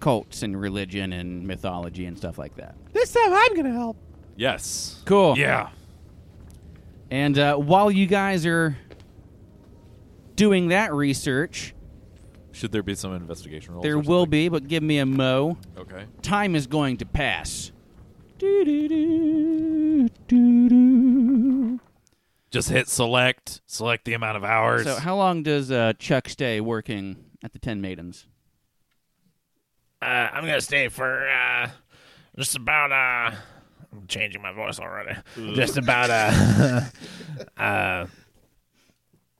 B: cults and religion and mythology and stuff like that.
A: This time I'm gonna help.
C: Yes.
B: Cool.
C: Yeah.
B: And uh, while you guys are doing that research,
C: Should there be some investigation rolls?
B: there will be, but give me a mo.
C: Okay.
B: Time is going to pass.
C: Just hit select. Select the amount of hours.
B: So, how long does uh, Chuck stay working at the Ten Maidens?
D: Uh, I'm gonna stay for uh, just about uh, I'm changing my voice already. Just about uh, uh,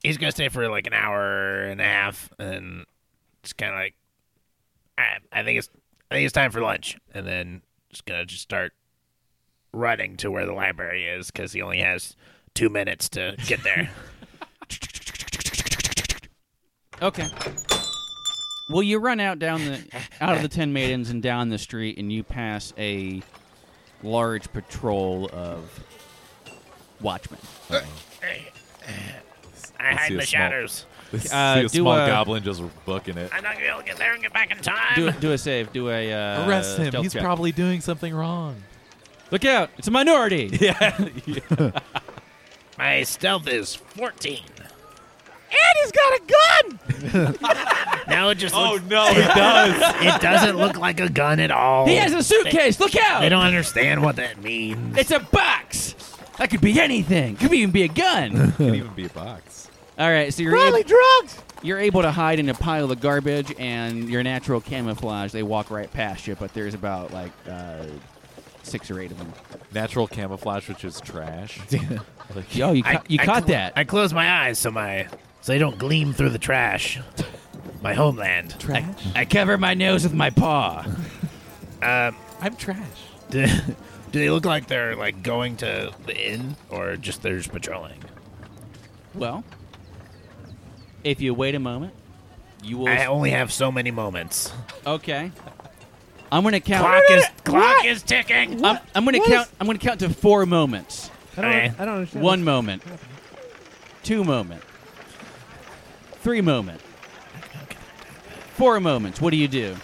D: he's gonna stay for like an hour and a half, and just kind of like, I, I think it's I think it's time for lunch, and then just gonna just start running to where the library is because he only has two minutes to get there.
B: Okay. Well, you run out down the out of the Ten Maidens and down the street, and you pass a large patrol of watchmen.
D: I hide
C: see
D: in
C: a
D: the
C: small-
D: shadows.
B: Uh, do a-
C: just booking it.
D: I'm not gonna be able to get there and get back in time.
B: Do, do a save. Do a uh,
C: Arrest him.
B: stealth
C: He's
B: check.
C: probably doing something wrong.
B: look out! It's a minority.
D: My stealth is 14.
A: And he's got a gun.
D: Now it just looks,
C: no, he does.
D: it doesn't look like a gun at all.
B: he has a suitcase. Look
D: They
B: out!
D: don't understand what that means.
B: It's a box. That could be anything. Could even be a gun.
G: Could even be a box.
B: All right, so you're able,
A: Probably drugs.
B: you're able to hide in a pile of garbage and your natural camouflage they walk right past you but there's about like uh, six or eight of them
G: Natural camouflage, which is trash.
B: yo you,
D: I-
B: ca- you
D: I
B: caught
D: cl-
B: that
D: I close my eyes so my so they don't gleam through the trash. My homeland.
G: trash.
B: I cover my nose with my paw
G: I'm trash.
D: Do, do they look like they're like going to the inn or just they're just patrolling?
B: well if you wait a moment you will
D: I only have so many moments.
B: okay i'm gonna count
D: Clock is clock
A: What?
D: is ticking.
B: I'm, I'm gonna
A: What
B: count
A: is-
B: i'm gonna count to four moments
A: I don't,
D: Okay.
A: I don't understand.
B: one moment two moment three moment four moments what do you do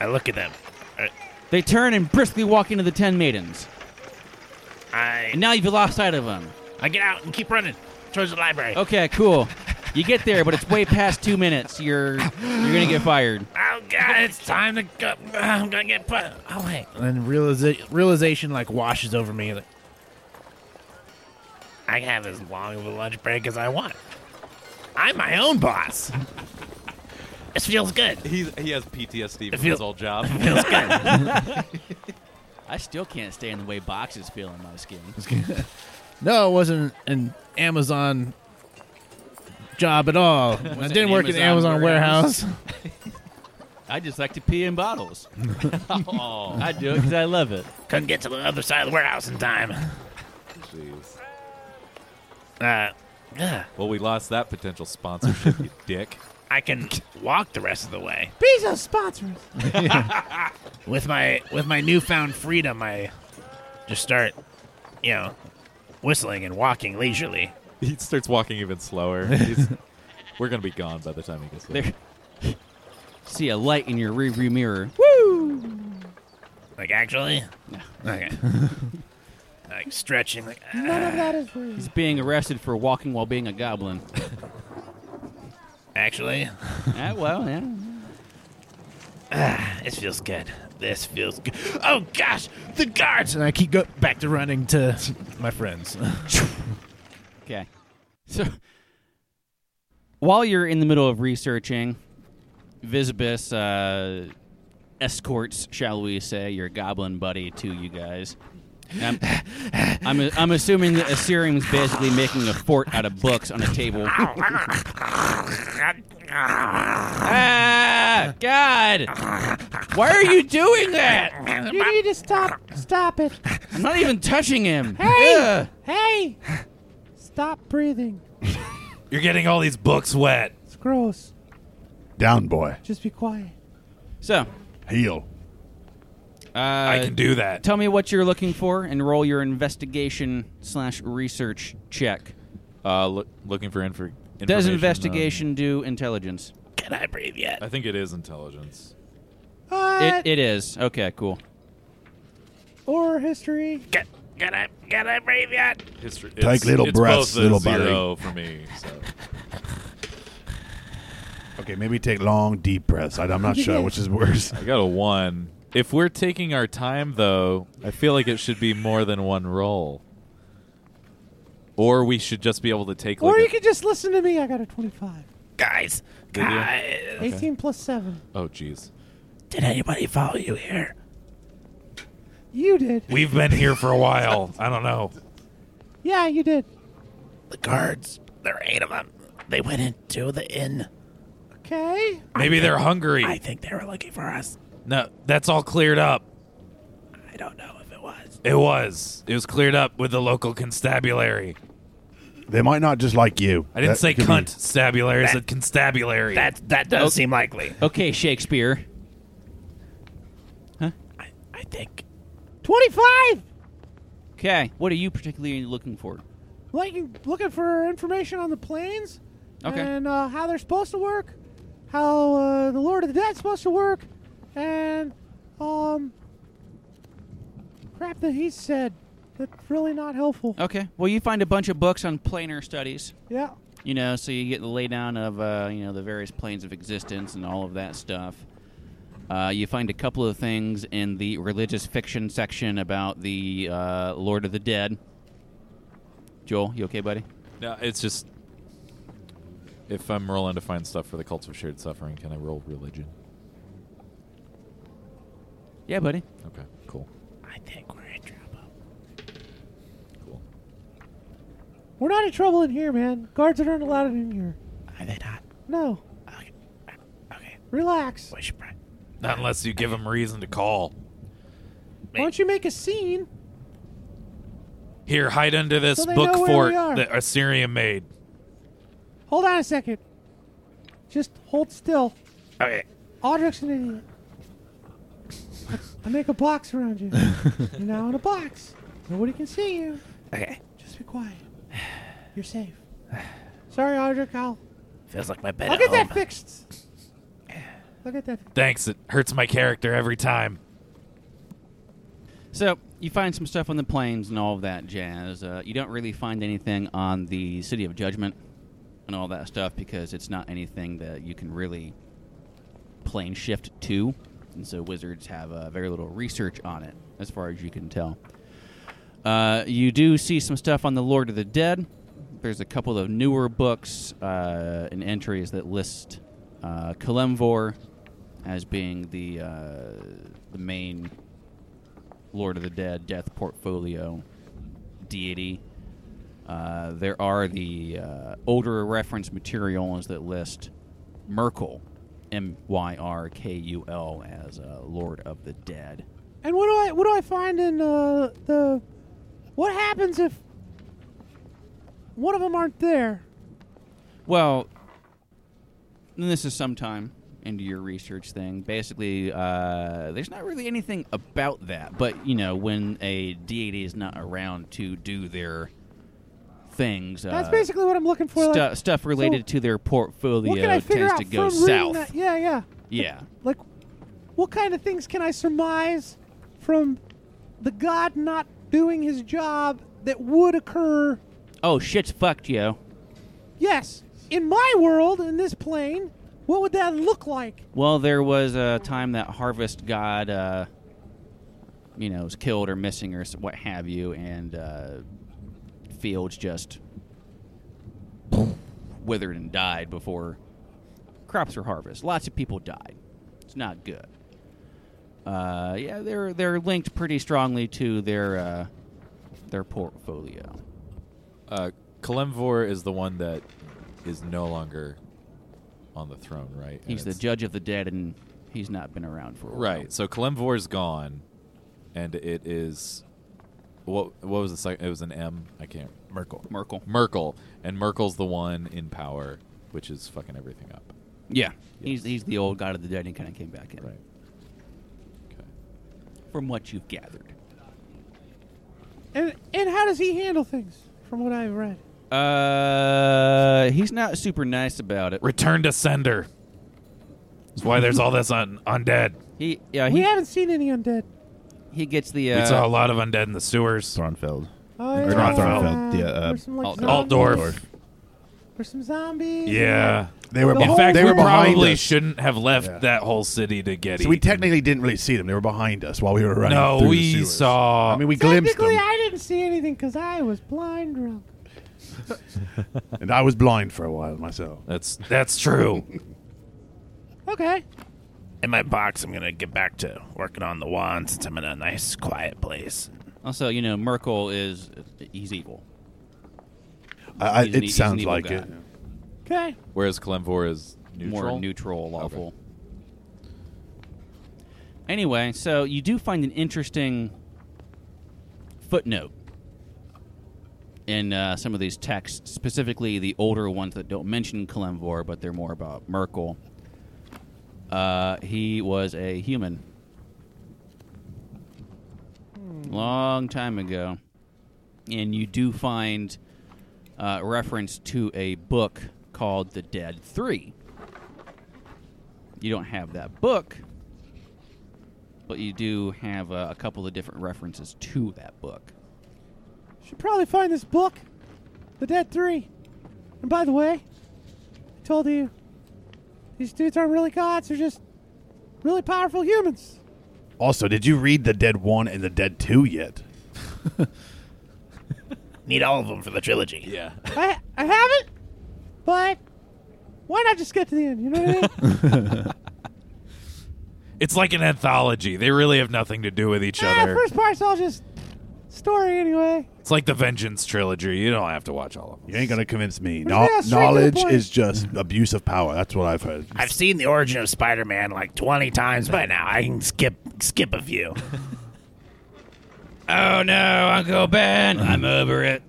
D: I look at them. I,
B: They turn and briskly walk into the ten maidens. And
D: I
B: now you've lost sight of them.
D: I get out and keep running towards the library.
B: Okay, cool. You get there, but it's way past two minutes. You're you're gonna get fired.
D: Oh god, it's time to go. I'm gonna get put. Oh wait. And realiza- realization like washes over me. Like, I can have as long of a lunch break as I want. I'm my own boss. this feels good.
G: He, he has PTSD
D: from his
G: old job.
D: Feels good.
B: I still can't stay in the way boxes feel in my skin.
F: No, it wasn't an Amazon job at all. I didn't
B: an
F: work in the
B: Amazon
F: Amazon
B: warehouse.
F: warehouse.
B: I just like to pee in bottles. Oh. I do it because I love it.
D: Couldn't get to the other side of the warehouse in time.
G: Jeez.
D: Uh, ugh,
G: Well, we lost that potential sponsorship, you dick.
D: I can walk the rest of the way
A: Bezos sponsors.
D: with my with my newfound freedom. I just start, you know, whistling and walking leisurely.
G: He starts walking even slower. He's, we're gonna be gone by the time he gets there.
B: There. See a light in your rearview mirror.
D: Like, actually? Okay. like, stretching, like, ah.
A: None of that is real.
B: He's being arrested for walking while being a goblin.
D: actually?
B: Ah, well, yeah.
D: This feels good. This feels good. Oh, gosh! The guards!
F: And I keep go back to running to my friends.
B: Okay. So while you're in the middle of researching, Visibus uh, escorts, shall we say, your goblin buddy to you guys. And I'm, I'm, I'm assuming that Assyrium's basically making a fort out of books on a table. ah, God! Why are you doing that?
A: You need to stop. Stop it.
B: I'm not even touching him.
A: Hey! Hey! Stop breathing.
C: You're getting all these books wet.
A: It's gross.
E: Down, boy.
A: Just be quiet.
B: So,
E: Heel.
B: uh,
C: I can do that.
B: Tell me what you're looking for and roll your investigation slash research check.
G: Uh, look, looking for info.
B: Does
G: information on-
B: investigation do intelligence?
D: Can I breathe yet?
G: I think it is intelligence.
A: Uh,
B: It, it is. Okay, cool.
A: or history.
D: Can, can I can I breathe yet?
G: History. Take
E: little
G: it's
E: breaths,
G: both a
E: little buddy.
G: zero for me. So.
E: Okay, maybe take long, deep breaths. I, I'm not sure which is worse.
G: I got a one. If we're taking our time, though, I feel like it should be more than one roll. Or we should just be able to take like
A: Or you
G: a-
A: can just listen to me. I got a 25.
D: Guys,
G: you?
D: guys.
A: 18 plus 7.
G: oh jeez.
D: Did anybody follow you here?
A: You did.
C: We've been here for a while. I don't know.
A: Yeah, you did.
D: The guards. There are eight of them. They went into the inn.
A: Okay.
C: Maybe they're hungry.
D: I think they were looking for us.
C: no, that's all cleared up.
D: I don't know if it was.
C: It was. It was cleared up with the local constabulary.
E: They might not just like you.
C: I didn't
E: That
C: say
E: could be-
C: cunt stabulary. I said constabulary.
D: That that does seem likely.
B: Okay, Shakespeare.
D: I, I think
A: 25!
B: Okay, what are you particularly looking for?
A: Like, looking for information on the planes.
B: Okay.
A: And uh, how they're supposed to work. How uh, the Lord of the Dead's supposed to work. And, um. Crap that he said. That's really not helpful.
B: Okay, well, you find a bunch of books on planar studies.
A: Yeah.
B: You know, so you get the laydown of uh, you know the various planes of existence and all of that stuff. Uh, you find a couple of things in the religious fiction section about the uh, Lord of the Dead. Joel, you okay, buddy?
G: No, it's just if I'm rolling to find stuff for the cults of shared suffering, can I roll religion?
B: Yeah, buddy.
G: Okay, cool,
D: I think we're in trouble.
G: cool.
A: We're not in trouble in here, man. Guards aren't allowed in here.
D: Are they not?
A: No.
D: Okay. Okay.
A: Relax.
D: We should probably.
C: Not unless you give them reason to call.
A: Why don't you make a scene?
C: Here, hide under this
A: So they
C: book
A: know where
C: fort
A: we are.
C: that Assyria made.
A: Hold on a second. Just hold still.
D: Okay.
A: Aldrich's an idiot. I make a box around you. You're now in a box. Nobody can see you.
D: Okay.
A: Just be quiet. You're safe. Sorry, Aldrich. I'll,
D: Feels like my bed.
A: I'll
D: at
A: get that
D: home.
A: fixed. I'll get that.
C: Thanks. It hurts my character every time.
B: So you find some stuff on the planes and all of that jazz. Uh, you don't really find anything on the City of Judgment and all that stuff because it's not anything that you can really plane shift to, and so wizards have uh, very little research on it, as far as you can tell. Uh, you do see some stuff on the Lord of the Dead. There's a couple of newer books uh, and entries that list uh, Kalemvor as being the uh, the main Lord of the Dead death portfolio deity. Uh, there are the uh, older reference materials that list Merkle, M Y R K U L, as uh, Lord of the Dead.
A: And what do I what do I find in uh, the? What happens if one of them aren't there?
B: Well, and this is some time into your research thing. Basically, uh, there's not really anything about that. But you know, when a deity is not around to do their things.
A: That's
B: uh,
A: basically what I'm looking for.
B: stu-
A: like,
B: stuff related to their
A: what can I figure
B: portfolio tends
A: out
B: to go
A: from reading
B: south.
A: That? Yeah, yeah.
B: Yeah.
A: Like, what kind of things can I surmise from the god not doing his job that would occur?
B: Oh, shit's fucked, yo.
A: Yes, in my world, in this plane, what would that look like?
B: Well, there was a time that Harvest God, uh, you know, was killed or missing or s- what have you, and uh, Fields just withered and died before crops were harvested. Lots of people died. It's not good. Uh, yeah, they're they're linked pretty strongly to their uh, their portfolio.
G: Uh, Kalemvor is the one that is no longer on the throne, right? And
B: He's the
G: it's-
B: judge of the dead, and he's not been around for a while.
G: Right. So Kalemvor's gone, and it is what? What was the second? It was an M. I can't. Merkel.
B: Merkel.
G: Merkel, and Merkel's the one in power, which is fucking everything up.
B: Yeah, he's he's the old god of the dead, and he kind of came back in.
G: Right. Okay.
B: from what you've gathered.
A: And and how does he handle things? From what I've read,
B: Uh, he's not super nice about it.
C: Return to sender. That's why there's all this un- undead.
B: He yeah
A: we
B: Uh, he,
A: haven't seen any undead.
B: he gets the
C: We saw a
B: uh,
C: lot of undead in the sewers.
E: Thronfeld.
A: Oh,
E: Or
A: yeah.
E: not Thronfeld, yeah, uh,
A: there's some like
B: Alt-
A: zombies.
C: Altdorf.
A: There's some zombies.
C: Yeah.
E: They were.
A: In
E: behi-
C: In fact,
E: they
C: we
E: were behind
C: probably
E: us.
C: shouldn't have left
E: Yeah.
C: that whole city to get
E: So we
C: eaten.
E: technically didn't really see them. They were behind us while we were running.
C: No,
E: through the
C: we
E: sewers.
C: saw.
E: I mean, we glimpsed
A: Technically,
E: them,
A: I didn't see anything because I was blind drunk.
E: and I was blind for a while myself.
C: that's that's true.
A: Okay.
D: In my box, I'm gonna get back to working on the wand since I'm in a nice, quiet place.
B: also you know Merkel is he's evil.
E: I, I,
B: He's an-
E: it
B: he's an
E: sounds
B: evil
E: like
B: guy.
E: it.
A: Okay.
G: Whereas Kalemvor is neutral.
B: more neutral, lawful. Anyway, so you do find an interesting footnote in uh, some of these texts, specifically the older ones that don't mention Kalemvor, but they're more about Merkel. Uh, he was a human. Long time ago. And you do find uh, reference to a book called The Dead Three. You don't have that book, but you do have uh, a couple of different references to that book.
A: Should probably find this book, The Dead Three. And by the way, I told you, these dudes aren't really gods. They're just really powerful humans.
E: Also, did you read the Dead One and the Dead Two yet?
D: Need all of them for the trilogy.
G: Yeah.
A: I I haven't, but why not just get to the end? You know what I mean?
C: It's like an anthology. They really have nothing to do with each
A: ah,
C: other.
A: first part's all just story anyway.
C: It's like the Vengeance trilogy. You don't have to watch all of
E: You
C: them.
E: ain't gonna convince me.
A: Let's
E: No-
A: get straight to the
E: knowledge
A: point.
E: is just abuse of power. That's what I've heard.
D: I've seen the origin of Spider-Man like 20 times by now. I can skip skip a few.
B: Oh no, Uncle Ben! I'm over it.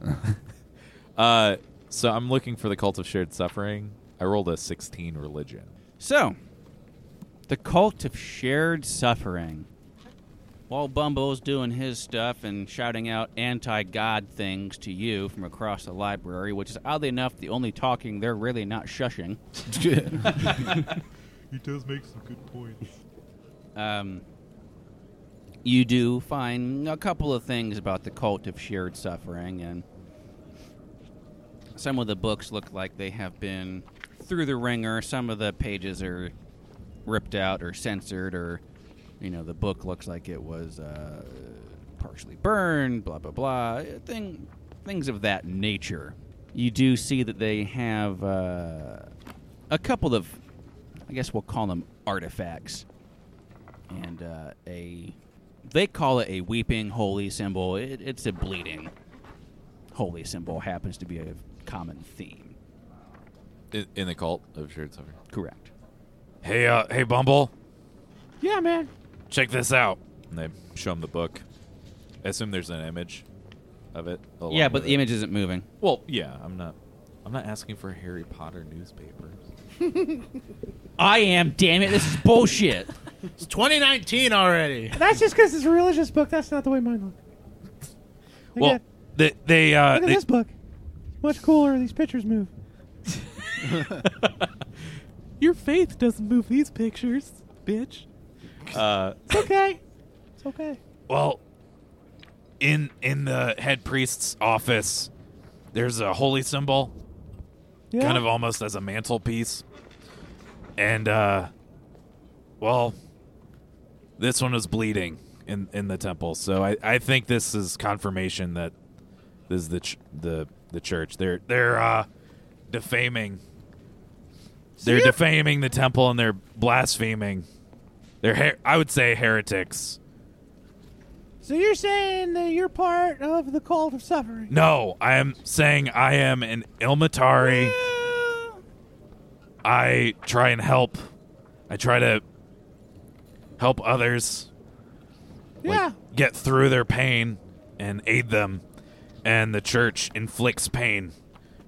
G: Uh, so I'm looking for the cult of shared suffering. I rolled a 16 religion.
B: So, the cult of shared suffering. While Bumble's doing his stuff and shouting out anti God things to you from across the library, which is oddly enough the only talking they're really not shushing.
H: He does make some good points.
B: um, you do find a couple of things about the cult of shared suffering, and some of the books look like they have been through the ringer. Some of the pages are ripped out or censored, or you know, the book looks like it was uh, partially burned. Blah blah blah. Uh, Thing, things of that nature. You do see that they have uh, a couple of, I guess we'll call them artifacts and uh, a they call it a weeping holy symbol. It, it's a bleeding holy symbol. Happens to be a common theme.
G: In, in the cult of shared suffering.
B: Correct.
C: Hey, uh, hey, Bumble,
A: Yeah, man.
C: check this out.
G: And they show him the book. I assume there's an image of it. along
B: yeah, but
G: with
B: the
G: it.
B: image isn't moving.
G: Well, yeah, I'm not. I'm not asking for Harry Potter newspapers.
B: I am. Damn it! This is bullshit.
F: It's 2019 already.
A: That's just because it's a religious book. That's not the way mine look. Look
C: Well,
A: at,
C: they they uh,
A: look at
C: they,
A: this book. Much cooler. These pictures move.
I: Your faith doesn't move these pictures, bitch.
G: Uh,
A: It's okay. it's okay.
C: Well, in in the head priest's office, there's a holy symbol,
A: Yeah.
C: kind of almost as a mantelpiece, and uh, well, this one was bleeding in in the temple, so I I think this is confirmation that this is the ch- the the church. They're they're uh, defaming. They're defaming the temple and they're blaspheming. They're her- I would say heretics.
A: So you're saying that you're part of the cult of suffering?
C: No, I am saying I am an Ilmatari. I try and help. I try to help others
A: yeah.
C: get through their pain and aid them. And the church inflicts pain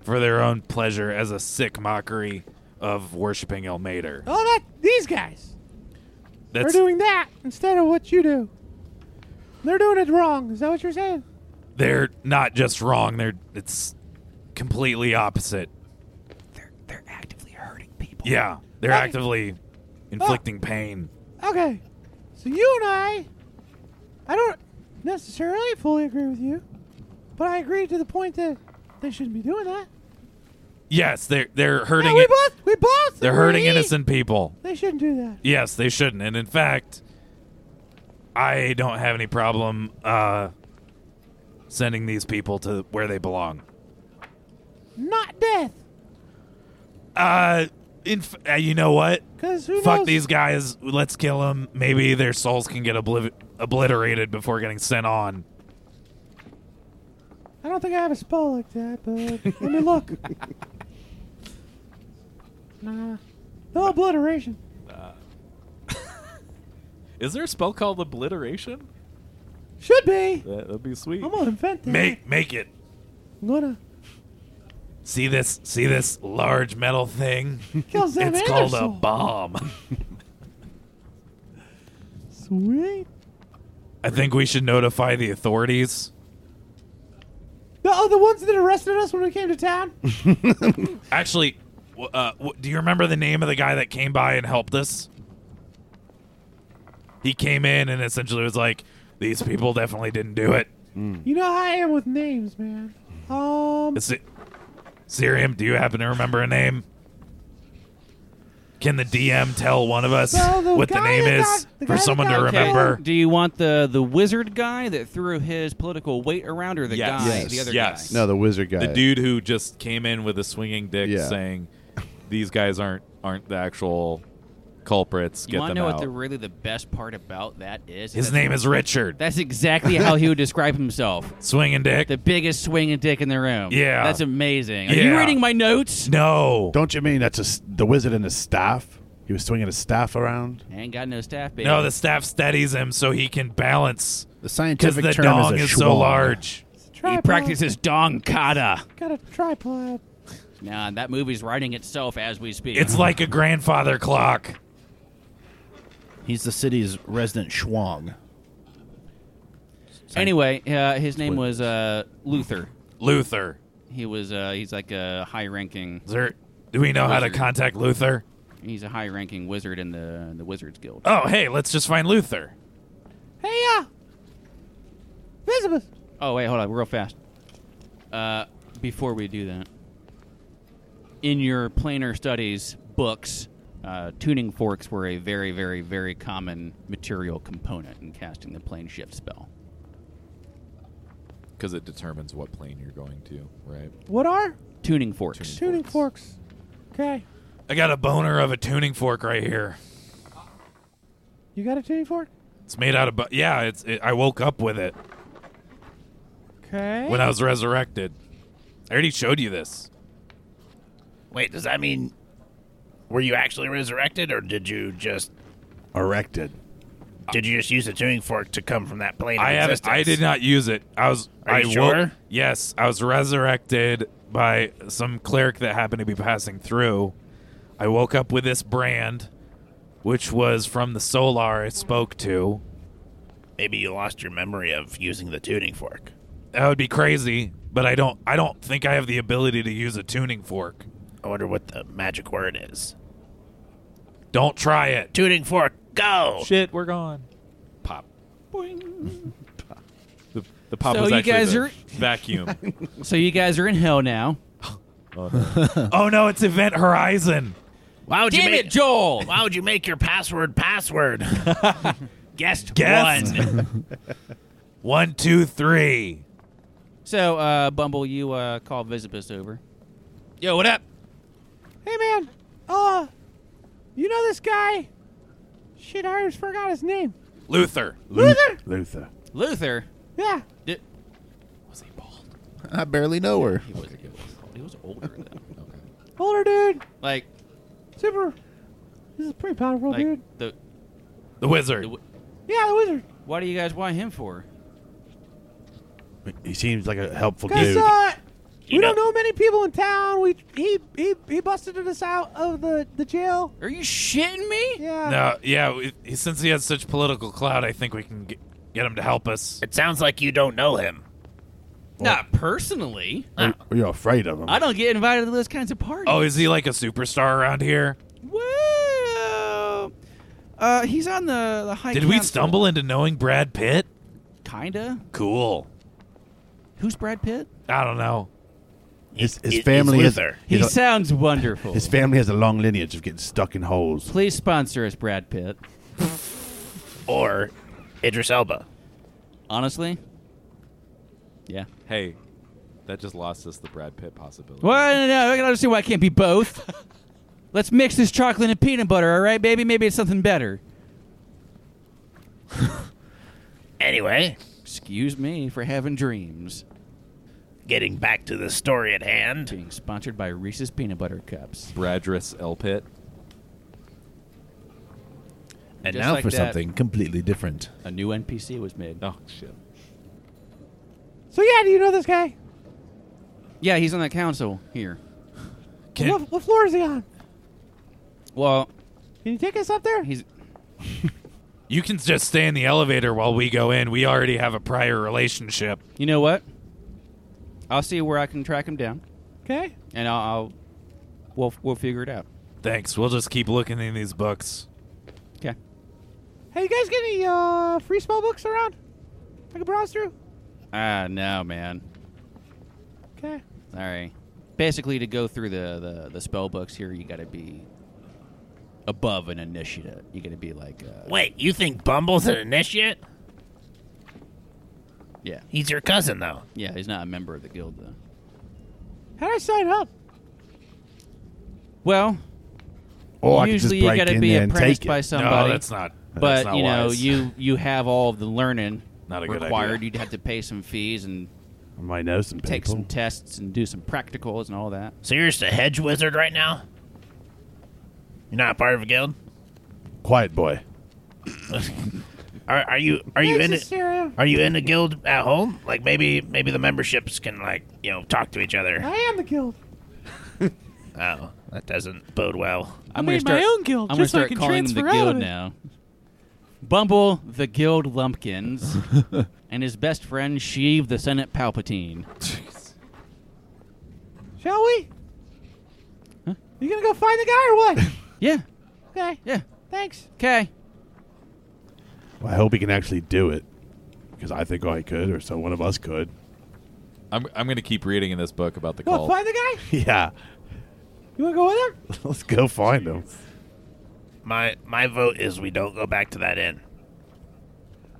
C: for their own pleasure as a sick mockery of worshiping El Mater.
A: Oh, that these guys
C: That's
A: are doing that instead of what you do. They're doing it wrong. Is that what you're saying?
C: they're not just wrong, they're it's completely opposite.
B: They're, they're actively hurting people.
C: Yeah, they're
A: Hey.
C: actively inflicting pain.
A: Okay. So you and I, I don't necessarily fully agree with you, but I agree to the point that they shouldn't be doing that.
C: Yes, they're they're
A: Yeah,
C: hurting
A: we
C: it.
A: both, we both.
C: They're hurting
A: agree.
C: innocent people.
A: They shouldn't do that.
C: Yes, they shouldn't. And in fact, I don't have any problem uh, sending these people to where they belong.
A: Not death,
C: Uh, in f- uh, you know what?
A: because who
C: Fuck
A: knows?
C: these guys. Let's kill them. Maybe their souls can get obliv- obliterated before getting sent on.
A: I don't think I have a spell like that, but let me look. nah, no obliteration.
G: is there a spell called obliteration?
A: Should be.
G: That would be sweet.
A: I'm gonna invent that.
C: Make make it.
A: I'm gonna
C: See this? See this large metal thing?
A: kill Sam
C: it's called
A: Anderson.
C: a bomb.
A: Sweet.
C: I think we should notify the authorities.
A: The, oh, the ones that arrested us when we came to town.
C: Actually, w- uh, w- do you remember the name of the guy that came by and helped us? He came in and essentially was like, "These people definitely didn't do it."
A: you know how I am with names, man. Um,
C: Is it Sirium? Do you happen to remember a name? Can the DM tell one of us
A: So the
C: what the
A: guy
C: name
A: that
C: is
A: got- the guy
C: for
A: that
C: someone to
A: got
C: remember?
B: Do you want the the wizard guy that threw his political weight around, or the
G: Yes.
B: guy,
E: Yes.
B: the other
G: Yes.
B: guy?
E: No, the wizard guy.
G: the dude who just came in with a swinging dick
E: Yeah.
G: saying these guys aren't aren't the actual culprits
B: You
G: get
B: want
G: them
B: to know
G: out
B: what the really the best part about that is?
C: His
B: That's-
C: name is Richard.
B: That's exactly how he would describe himself.
C: Swinging dick.
B: The biggest swinging dick in the room.
C: Yeah.
B: That's amazing. Are you
C: Yeah.
B: reading my notes?
C: no,
E: Don't you mean that's a s the wizard and his staff? He was swinging his staff around.
B: I ain't got no staff, baby.
C: no. The staff steadies him so he can balance
D: The
C: because
D: scientific
C: the
D: term
C: dong
D: is, a
C: is, so
D: schwab.
C: large.
A: it's a
B: he
A: tripod.
B: practices dong kata.
A: Got a tripod.
B: Nah, that movie's writing itself as we speak.
C: It's like a grandfather clock.
D: He's the city's resident schwang.
B: anyway, uh, his name was uh, Luther.
C: Luther.
B: He was uh, he's like a high ranking
C: Is there, do we know how to
B: Wizard.
C: contact Luther?
B: he's a high ranking wizard in the the Wizards Guild.
C: Oh, hey, let's just find Luther.
A: Hey, uh, Visibus.
B: Oh wait, hold on, real fast. Uh, before we do that, in your planar studies books, uh, tuning forks were a very, very, very common material component in casting the plane shift spell.
G: because it determines what plane you're going to, right?
A: What are
B: Tuning forks.
A: tuning forks? Okay,
C: I got a boner of a tuning fork right here.
A: you got a tuning fork.
C: It's made out of bu- yeah. It's it, I woke up with it
A: Okay.
C: when I was resurrected. I already showed you this.
D: Wait, does that mean were you actually resurrected, or did you just
E: Erected.
D: did you just use the tuning fork to come from that plane? of
C: I haven't.
D: existence?
C: I did not use it. I was.
D: Are
C: I
D: you
C: woke-
D: sure?
C: Yes, I was resurrected by some cleric that happened to be passing through. I woke up with this brand, which was from the Solar I spoke to.
D: Maybe you lost your memory of using the tuning fork.
C: That would be crazy, but I don't I don't think I have the ability to use a tuning fork.
D: I wonder what the magic word is.
C: Don't try it.
D: Tuning fork, go!
G: Shit, we're gone. Pop. The, the pop
B: So
G: was
B: you
G: actually
B: guys
G: the
B: are-
G: vacuum.
B: So you guys are in hell now.
C: Oh no, it's Event Horizon.
D: Why would you
B: Damn
D: make,
B: it, Joel!
D: Why would you make your password password? Guest
C: Guess.
D: one.
C: One, two, three.
B: So, uh, Bumble, you uh, call Visibus over. Yo, what up?
A: Hey, man. Uh, you know this guy? Shit, I always forgot his name.
C: Luther.
A: Luther?
E: Luther.
B: Luther.
A: Yeah.
B: Di-
F: I barely know her.
B: he, was, he, was, he was older, though.
A: Older dude.
B: Like,
A: Super. This is pretty powerful, dude.
B: like the,
C: The wizard.
B: the.
A: Yeah, the wizard.
B: What do you guys want him for?
E: He seems like a helpful
A: Because,
E: dude.
A: uh, we
D: You
A: don't know many people in town. We he he, he busted us out of the, the jail.
B: Are you shitting me?
A: Yeah.
C: no, yeah. we- he- since he has such political clout, I think we can get, get him to help us.
D: It sounds like you don't know him.
B: Not personally.
E: Or- or You're afraid of him.
B: I don't get invited to those kinds of parties.
C: Oh, is he like a superstar around here?
B: Well, uh, he's on the the high.
C: Did we
B: council.
C: stumble into knowing Brad Pitt?
B: Kinda.
C: Cool.
B: Who's Brad Pitt?
C: I don't know.
E: His, his
D: It- it's
E: family is
D: Luther.
B: He
E: his-
B: sounds wonderful.
E: His family has a long lineage of getting stuck in holes.
B: Please sponsor us, Brad Pitt.
D: Or Idris Elba.
B: Honestly. Yeah.
G: hey, that just lost us the Brad Pitt possibility.
B: Well, no, no, I can understand why it can't be both. Let's mix this chocolate and peanut butter, all right, baby? Maybe it's something better.
D: Anyway,
B: Excuse me for having dreams.
D: getting back to the story at hand.
B: Being sponsored by Reese's Peanut Butter Cups.
G: Bradris L. Pitt.
F: And
B: Just
F: now
B: like
F: for
B: that.
F: something completely different.
B: A new NPC was made.
G: Oh, shit.
A: So yeah, do you know this guy?
B: Yeah, he's on the council here.
C: Can-
A: What, what floor is he on?
B: Well,
A: Can you take us up there?
B: he's
C: You can just stay in the elevator while we go in. We already have a prior relationship.
B: You know what? I'll see where I can track him down,
A: Okay.
B: and I'll, I'll we'll we'll figure it out.
C: Thanks. We'll just keep looking in these books.
B: Okay.
A: Hey, you guys get any uh, free small books around? I can browse through.
B: Ah, no, man.
A: Okay.
B: Sorry. Basically, to go through the the, the spell books here, you got to be above an initiative. You got to be like, uh,
D: Wait, you think Bumble's an initiate?
B: yeah,
D: He's your cousin, though.
B: yeah. He's not a member of the guild though.
A: How do I sign up?
B: Well, usually
E: Or I could just break
B: you got to
E: in
B: be
E: there and
B: apprenticed
E: take it.
B: by somebody.
C: No, that's not. that's
B: but
C: not
B: you know,
C: wise.
B: you you have all of the learning
C: Not a good
B: required.
C: idea.
B: You'd have to pay some fees and
E: I might know some people.
B: take some tests and do some practicals and all that.
D: So you're just a hedge wizard right now? You're not a part of a guild?
E: Quiet boy.
D: Are, are you are you
A: Thanks,
D: in it?
A: Hysteria.
D: Are you in a guild at home? Like maybe maybe the memberships can like you know talk to each other.
A: I am the guild.
D: Oh, that doesn't bode well.
B: I'm
I: made
B: gonna
I: my
B: start-
I: own guild
B: I'm
I: just so I
B: gonna start
I: can
B: calling them the
I: transfer out
B: guild
I: of it.
B: now. Bumble, the guild lumpkins, and his best friend Sheev, the Senate Palpatine.
A: Shall we?
B: Huh?
A: You gonna go find the guy or what?
B: Yeah,
A: okay.
B: yeah.
A: Thanks.
B: Okay.
E: Well, I hope he can actually do it. Because I think I could, or so one of us could.
G: I'm, I'm going to keep reading in this book about the
A: What?
G: cult.
A: Find the guy?
E: Yeah.
A: You wanna go with him?
E: Let's go find him.
D: My my vote is we don't go back to that inn.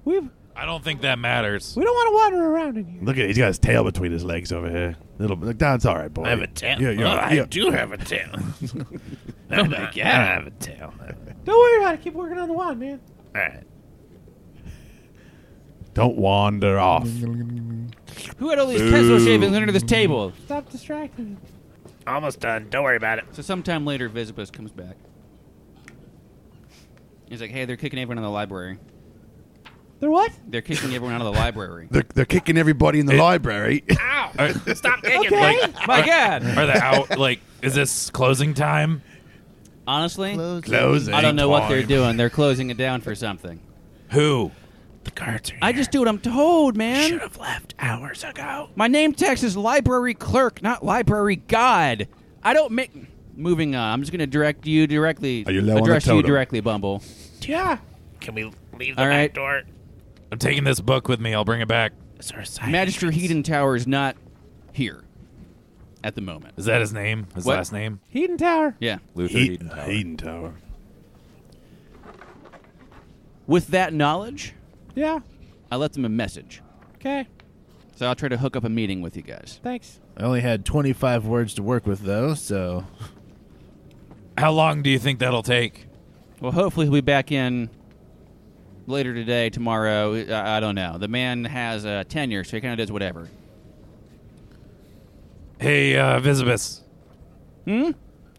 A: We we
C: I don't think that matters.
A: don't want to wander around in here.
E: Look at he's got his tail between his legs over here. Little bit. That's all right, boy.
D: I have a tail.
E: Yeah, yeah,
D: Oh, I
E: yeah.
D: do have a tail. oh my god, I have a tail.
A: Don't worry about it. Keep working on the wand, man.
D: All right.
E: Don't wander off.
B: Who had all these pencil shavings under this table?
A: Stop distracting me.
D: Almost done. Don't worry about it.
B: So sometime later, Visibus comes back. He's like, "Hey, they're kicking everyone out of the library.
A: They're what?
B: They're kicking everyone out of the library."
E: They're, they're kicking everybody in the library.
D: Ow! Stop kicking
A: Okay.
D: me.
B: My God.
C: Are they out? Like, is this closing time?
B: Honestly,
E: Closing.
B: I don't know what they're
C: time.
B: doing. They're closing it down for something.
C: Who?
D: The cards are here.
B: I just do what I'm told, man.
D: should have left hours ago.
B: My name text is library clerk, not library god. I don't make. Moving on, I'm just going to direct you directly.
E: Are you low on the
B: address you
E: totem?
B: directly, Bumble.
D: Yeah. Can we leave the
B: All
D: back
B: right.
D: door?
C: I'm taking this book with me. I'll bring it back.
D: Is there a side
B: Magister
D: entrance?
B: Heaton Tower is not here at the moment.
C: Is that his name? His
B: What?
C: last name?
A: Heaton Tower.
B: Yeah.
G: Luther
E: He-
G: Eden Tower.
E: Hayden Tower.
B: With that knowledge,
A: Yeah.
B: I left him a message.
A: Okay.
B: So I'll try to hook up a meeting with you guys.
A: Thanks.
F: I only had 25 words to work with, though, so
C: How long do you think that'll take?
B: Well, hopefully he'll be back in later today, tomorrow. I, I don't know. The man has uh, tenure, so he kind of does whatever.
C: Hey, uh, Visibus.
B: Hmm.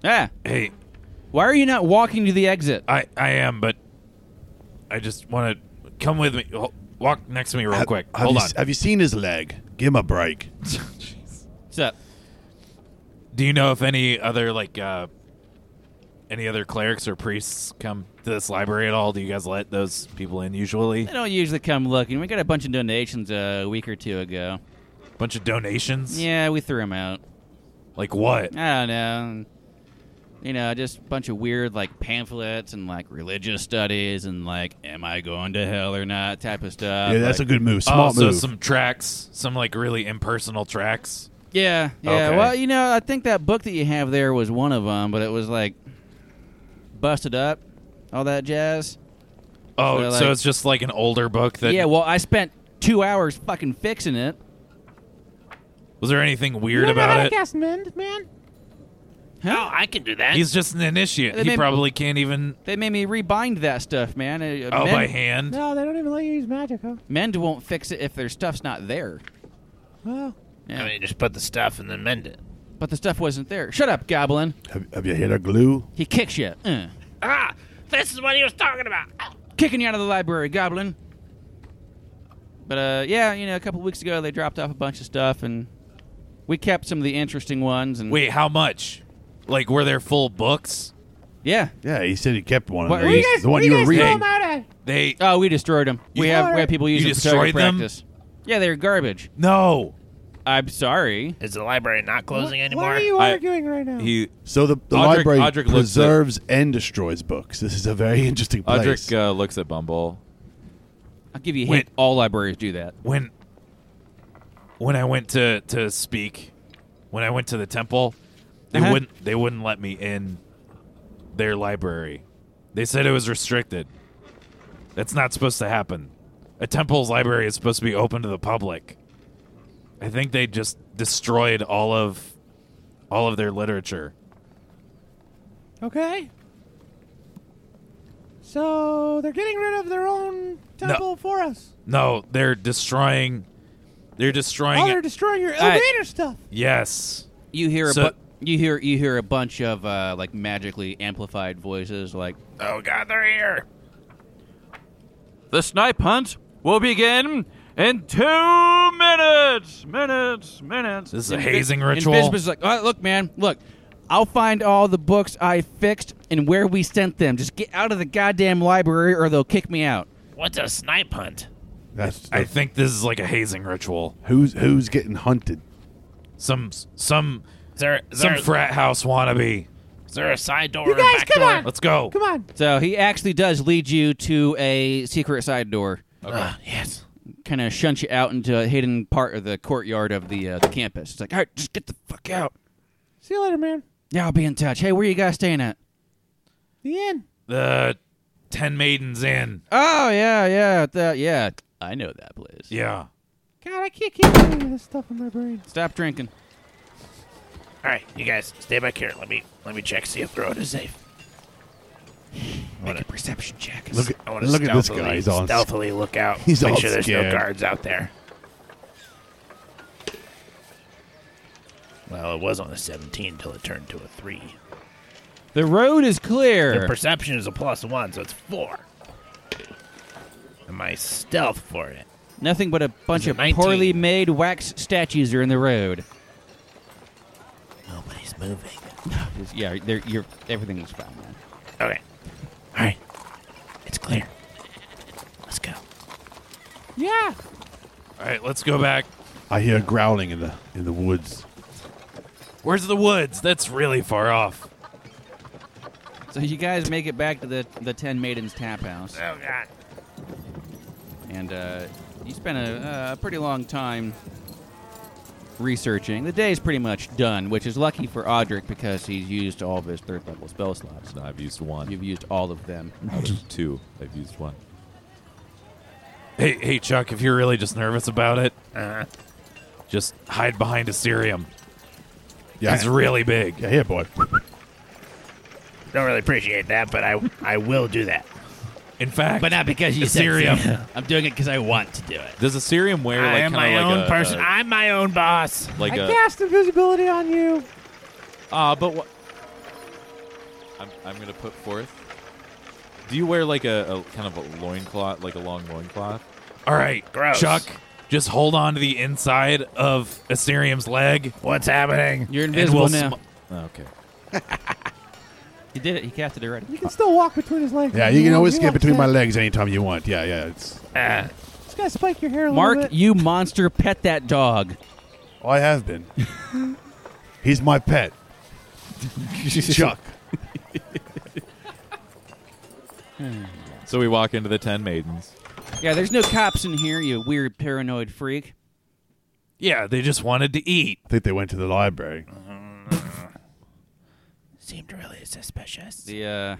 B: Ah.
C: Hey,
B: Why are you not walking to the exit?
C: I I am, but I just want to come with me. Ho- Walk next to me real
E: Ha-
C: quick.
E: Have
C: Hold
E: you,
C: on.
E: Have you seen his leg? Give him a break.
B: What's up?
C: Do you know if any other like uh any other clerics or priests come to this library at all? Do you guys let those people in usually?
B: They don't usually come looking. We got a bunch of donations a week or two ago.
C: Bunch of donations?
B: Yeah, we threw them out.
C: Like what?
B: I don't know. You know, just a bunch of weird like pamphlets and like religious studies and like, am I going to hell or not type of stuff.
E: yeah, that's
B: like,
E: a good move. Smart
C: also
E: move.
C: Oh, some tracks, some like really impersonal tracks.
B: yeah, yeah.
C: Okay.
B: Well, you know, I think that book that you have there was one of them, but it was like busted up, all that jazz.
C: Oh,
B: So,
C: so,
B: like-
C: it's just like an older book that
B: yeah. Well, I spent two hours fucking fixing it.
C: was there anything weird
A: you don't know
C: about
A: how
C: it?
A: to cast mend, man.
D: Oh, I can do that.
C: He's just an initiate.
B: They
C: He
B: made-
C: probably can't even
B: They made me rebind that stuff, man. Uh,
C: Oh,
B: men-
C: by hand.
A: No, they don't even let you use magic, huh?
B: Mend won't fix it if their stuff's not there.
A: Well,
B: Yeah.
D: I mean, just put the stuff and then mend it.
B: but the stuff wasn't there. Shut up, Goblin.
E: have, have you hit a glue?
B: He kicks you. Uh.
D: Ah, this is what he was talking about.
B: Kicking you out of the library, Goblin. But uh, yeah, you know, a couple weeks ago they dropped off a bunch of stuff, and we kept some of the interesting ones. And
C: Wait, how much? Like were there full books?
B: yeah,
E: Yeah, he said he kept one
B: What
E: of
B: are
E: these.
B: you
A: guys-
E: the one
A: what
E: you
A: you
E: were
A: guys
E: reading.
A: throw 'em out at?
C: They
B: oh, we destroyed them. We have we have people using
C: destroyed them?
B: practice. Yeah, they were garbage.
C: No.
B: I'm sorry.
D: Is the library not closing
A: What-
D: anymore?
A: Why are you
G: I-
A: arguing right now?
G: he
E: So the, the
G: Audric-
E: library
G: Audric looks
E: preserves and destroys books. This is a very interesting place.
G: Audric uh, looks at Bumble.
B: I'll give you a
C: Wait.
B: hint. All libraries do that.
C: when when I went to to speak, when I went to the temple, they
B: Uh-huh.
C: wouldn't they wouldn't let me in their library. They said it was restricted. That's not supposed to happen. A temple's library is supposed to be open to the public. I think they just destroyed all of all of their literature.
A: Okay. So they're getting rid of their own temple for us.
C: No, they're destroying they're destroying
A: Oh, they're destroying your
B: right.
A: elevator stuff.
C: Yes.
B: You hear a
C: So-
B: bu- you hear you hear a bunch of uh, like magically amplified voices like
D: Oh God, they're here.
B: The snipe hunt will begin in two minutes. Minutes, minutes.
C: This is a hazing ritual?
B: And Visbus is like, "Alright, look, man, look. I'll find all the books I fixed and where we sent them. Just get out of the goddamn library or they'll kick me out.
D: What's a snipe hunt?
E: That's
C: I think this is like a hazing ritual.
E: who's who's getting hunted.
C: Some some
D: Is there, is
C: some
D: there,
C: frat house wannabe.
D: is there a side door?
A: You
D: or a
A: guys,
D: back
A: come
D: door?
A: on.
C: Let's go.
A: Come on.
B: So he actually does lead you to a secret side door.
D: Ah, yes.
B: Kind of shunt you out into a hidden part of the courtyard of the, uh, the campus. It's like, all right, just get the fuck out.
A: See you later, man.
B: Yeah, I'll be in touch. Hey, where you guys staying at?
A: The end.
C: The ten maidens in.
B: Oh, yeah, yeah, that, yeah. I know that place.
C: Yeah.
A: God, I can't keep any of this stuff in my brain.
B: Stop drinking.
D: All right, you guys, stay back here. Let me let me check see if the road is safe.
B: Make a perception check.
E: Look at
D: I want to
E: look at this
D: stealthily-
E: guy. He's all
D: stealthily look out.
E: He's
D: make
E: all
D: sure there's
E: scared.
D: no guards out there. Well, it was on a 17 till it turned to a three.
B: The road is clear.
D: Their perception is a plus one, so it's four. And my stealth for it.
B: Nothing but a bunch
D: It's a
B: of
D: 19.
B: poorly made wax statues are in the road.
D: Nobody's moving.
B: Yeah, they're, you're, everything was fine. Man.
D: Okay. All right. It's clear. Let's go.
A: Yeah.
C: All right, let's go back.
E: I hear growling in the in the woods.
C: Where's the woods? That's really far off.
B: So you guys make it back to the the Ten Maidens Tap House. Oh God! And uh, you spend a, a pretty long time researching. The day's pretty much done, which is lucky for Audric because he's used all of his third level spell slots.
G: No, I've used one.
B: You've used all of them.
G: out of two. I've used one.
C: Hey, hey, Chuck, if you're really just nervous about it,
A: Uh-huh.
C: uh, just hide behind Assyrium.
E: Yeah,
C: He's really big.
E: yeah, here, boy.
D: Don't really appreciate that, but I I will do that.
C: In fact,
B: not because you
C: said Assyrium.
B: I'm doing it because I want to do it.
G: Does Assyrium wear
D: I
G: like
D: am
G: kinda
D: my
G: like
D: own
G: a,
D: person.
C: uh,
G: a-
D: I'm my own boss.
G: like
A: I
G: a
A: cast invisibility on you.
C: Uh,
G: Ah, but what? I'm, I'm gonna put forth. Do you wear like a, a kind of a loincloth, like a long loincloth?
C: all right,
D: Gross.
C: Chuck, just hold on to the inside of Assyrium's leg.
D: What's happening?
B: You're
C: and
B: invisible
C: we'll
B: now.
C: sm-
G: Oh, Okay.
B: he did it. He casted it already.
A: You can still walk between his legs.
E: Yeah, you can always get
A: walk
E: between my
A: fast.
E: legs anytime you want. Yeah, yeah. It's
D: Uh,
A: Just gotta spike your hair a little
B: Mark,
A: bit.
B: you monster, pet that dog.
E: oh, I have been. He's my pet. Chuck.
G: So we walk into the ten maidens.
B: Yeah, there's no cops in here, you weird paranoid freak.
C: yeah, they just wanted to eat.
E: I think they went to the library.
D: seemed really suspicious.
B: The uh,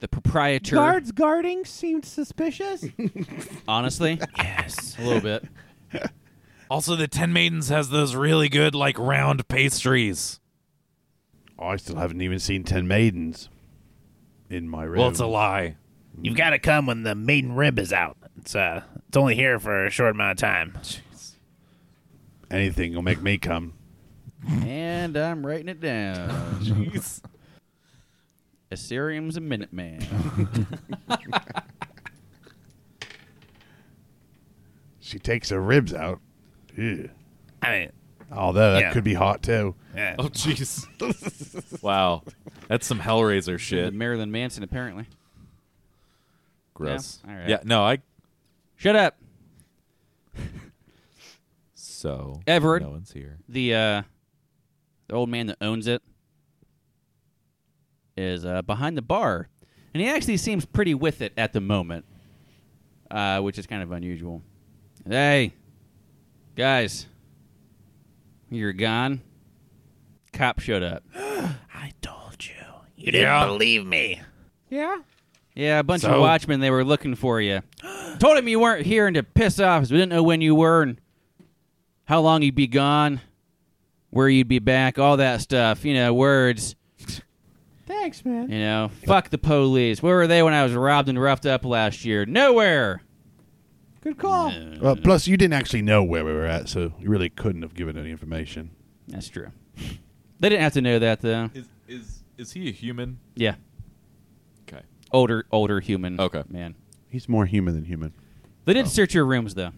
B: the proprietor.
A: Guards guarding seemed suspicious.
B: Honestly,
D: Yes.
B: a little bit.
C: Also, the Ten Maidens has those really good, like, round pastries.
E: I still haven't even seen ten maidens in my room.
C: Well, it's a lie.
D: You've got to come when the maiden rib is out. It's uh, it's only here for a short amount of time.
E: Anything will make me come.
B: And I'm writing it down. Assyrium's a Minuteman.
E: She takes her ribs out. Ew.
D: I mean,
E: Although that
D: Yeah.
E: could be hot too.
D: yeah.
G: Oh jeez. wow, that's some Hellraiser
B: The
G: shit.
B: Marilyn Manson, apparently.
G: Gross.
B: all right.
G: Yeah. No, I.
B: Shut up.
G: So
B: Everett.
G: no one's here.
B: The uh, the old man that owns it is uh, behind the bar, and he actually seems pretty with it at the moment, uh, which is kind of unusual. Hey, guys, you're gone. Cop showed up.
D: I told you. You didn't
C: Yeah.
D: believe me.
A: yeah.
B: Yeah, a bunch of
C: So?
B: watchmen. They were looking for you. Told him you weren't here and to piss off. 'cause We didn't know when you were and how long you'd be gone, where you'd be back, all that stuff. You know, words.
A: Thanks, man.
B: You know, fuck the police. Where were they when I was robbed and roughed up last year? Nowhere.
A: Good call.
E: Well, plus, you didn't actually know where we were at, so you really couldn't have given any information.
B: That's true. They didn't have to know that though.
G: Is is is he a human?
B: Yeah,
G: Okay.
B: older, older human.
G: Okay.
B: man.
E: He's more human than human.
B: They did search your rooms though.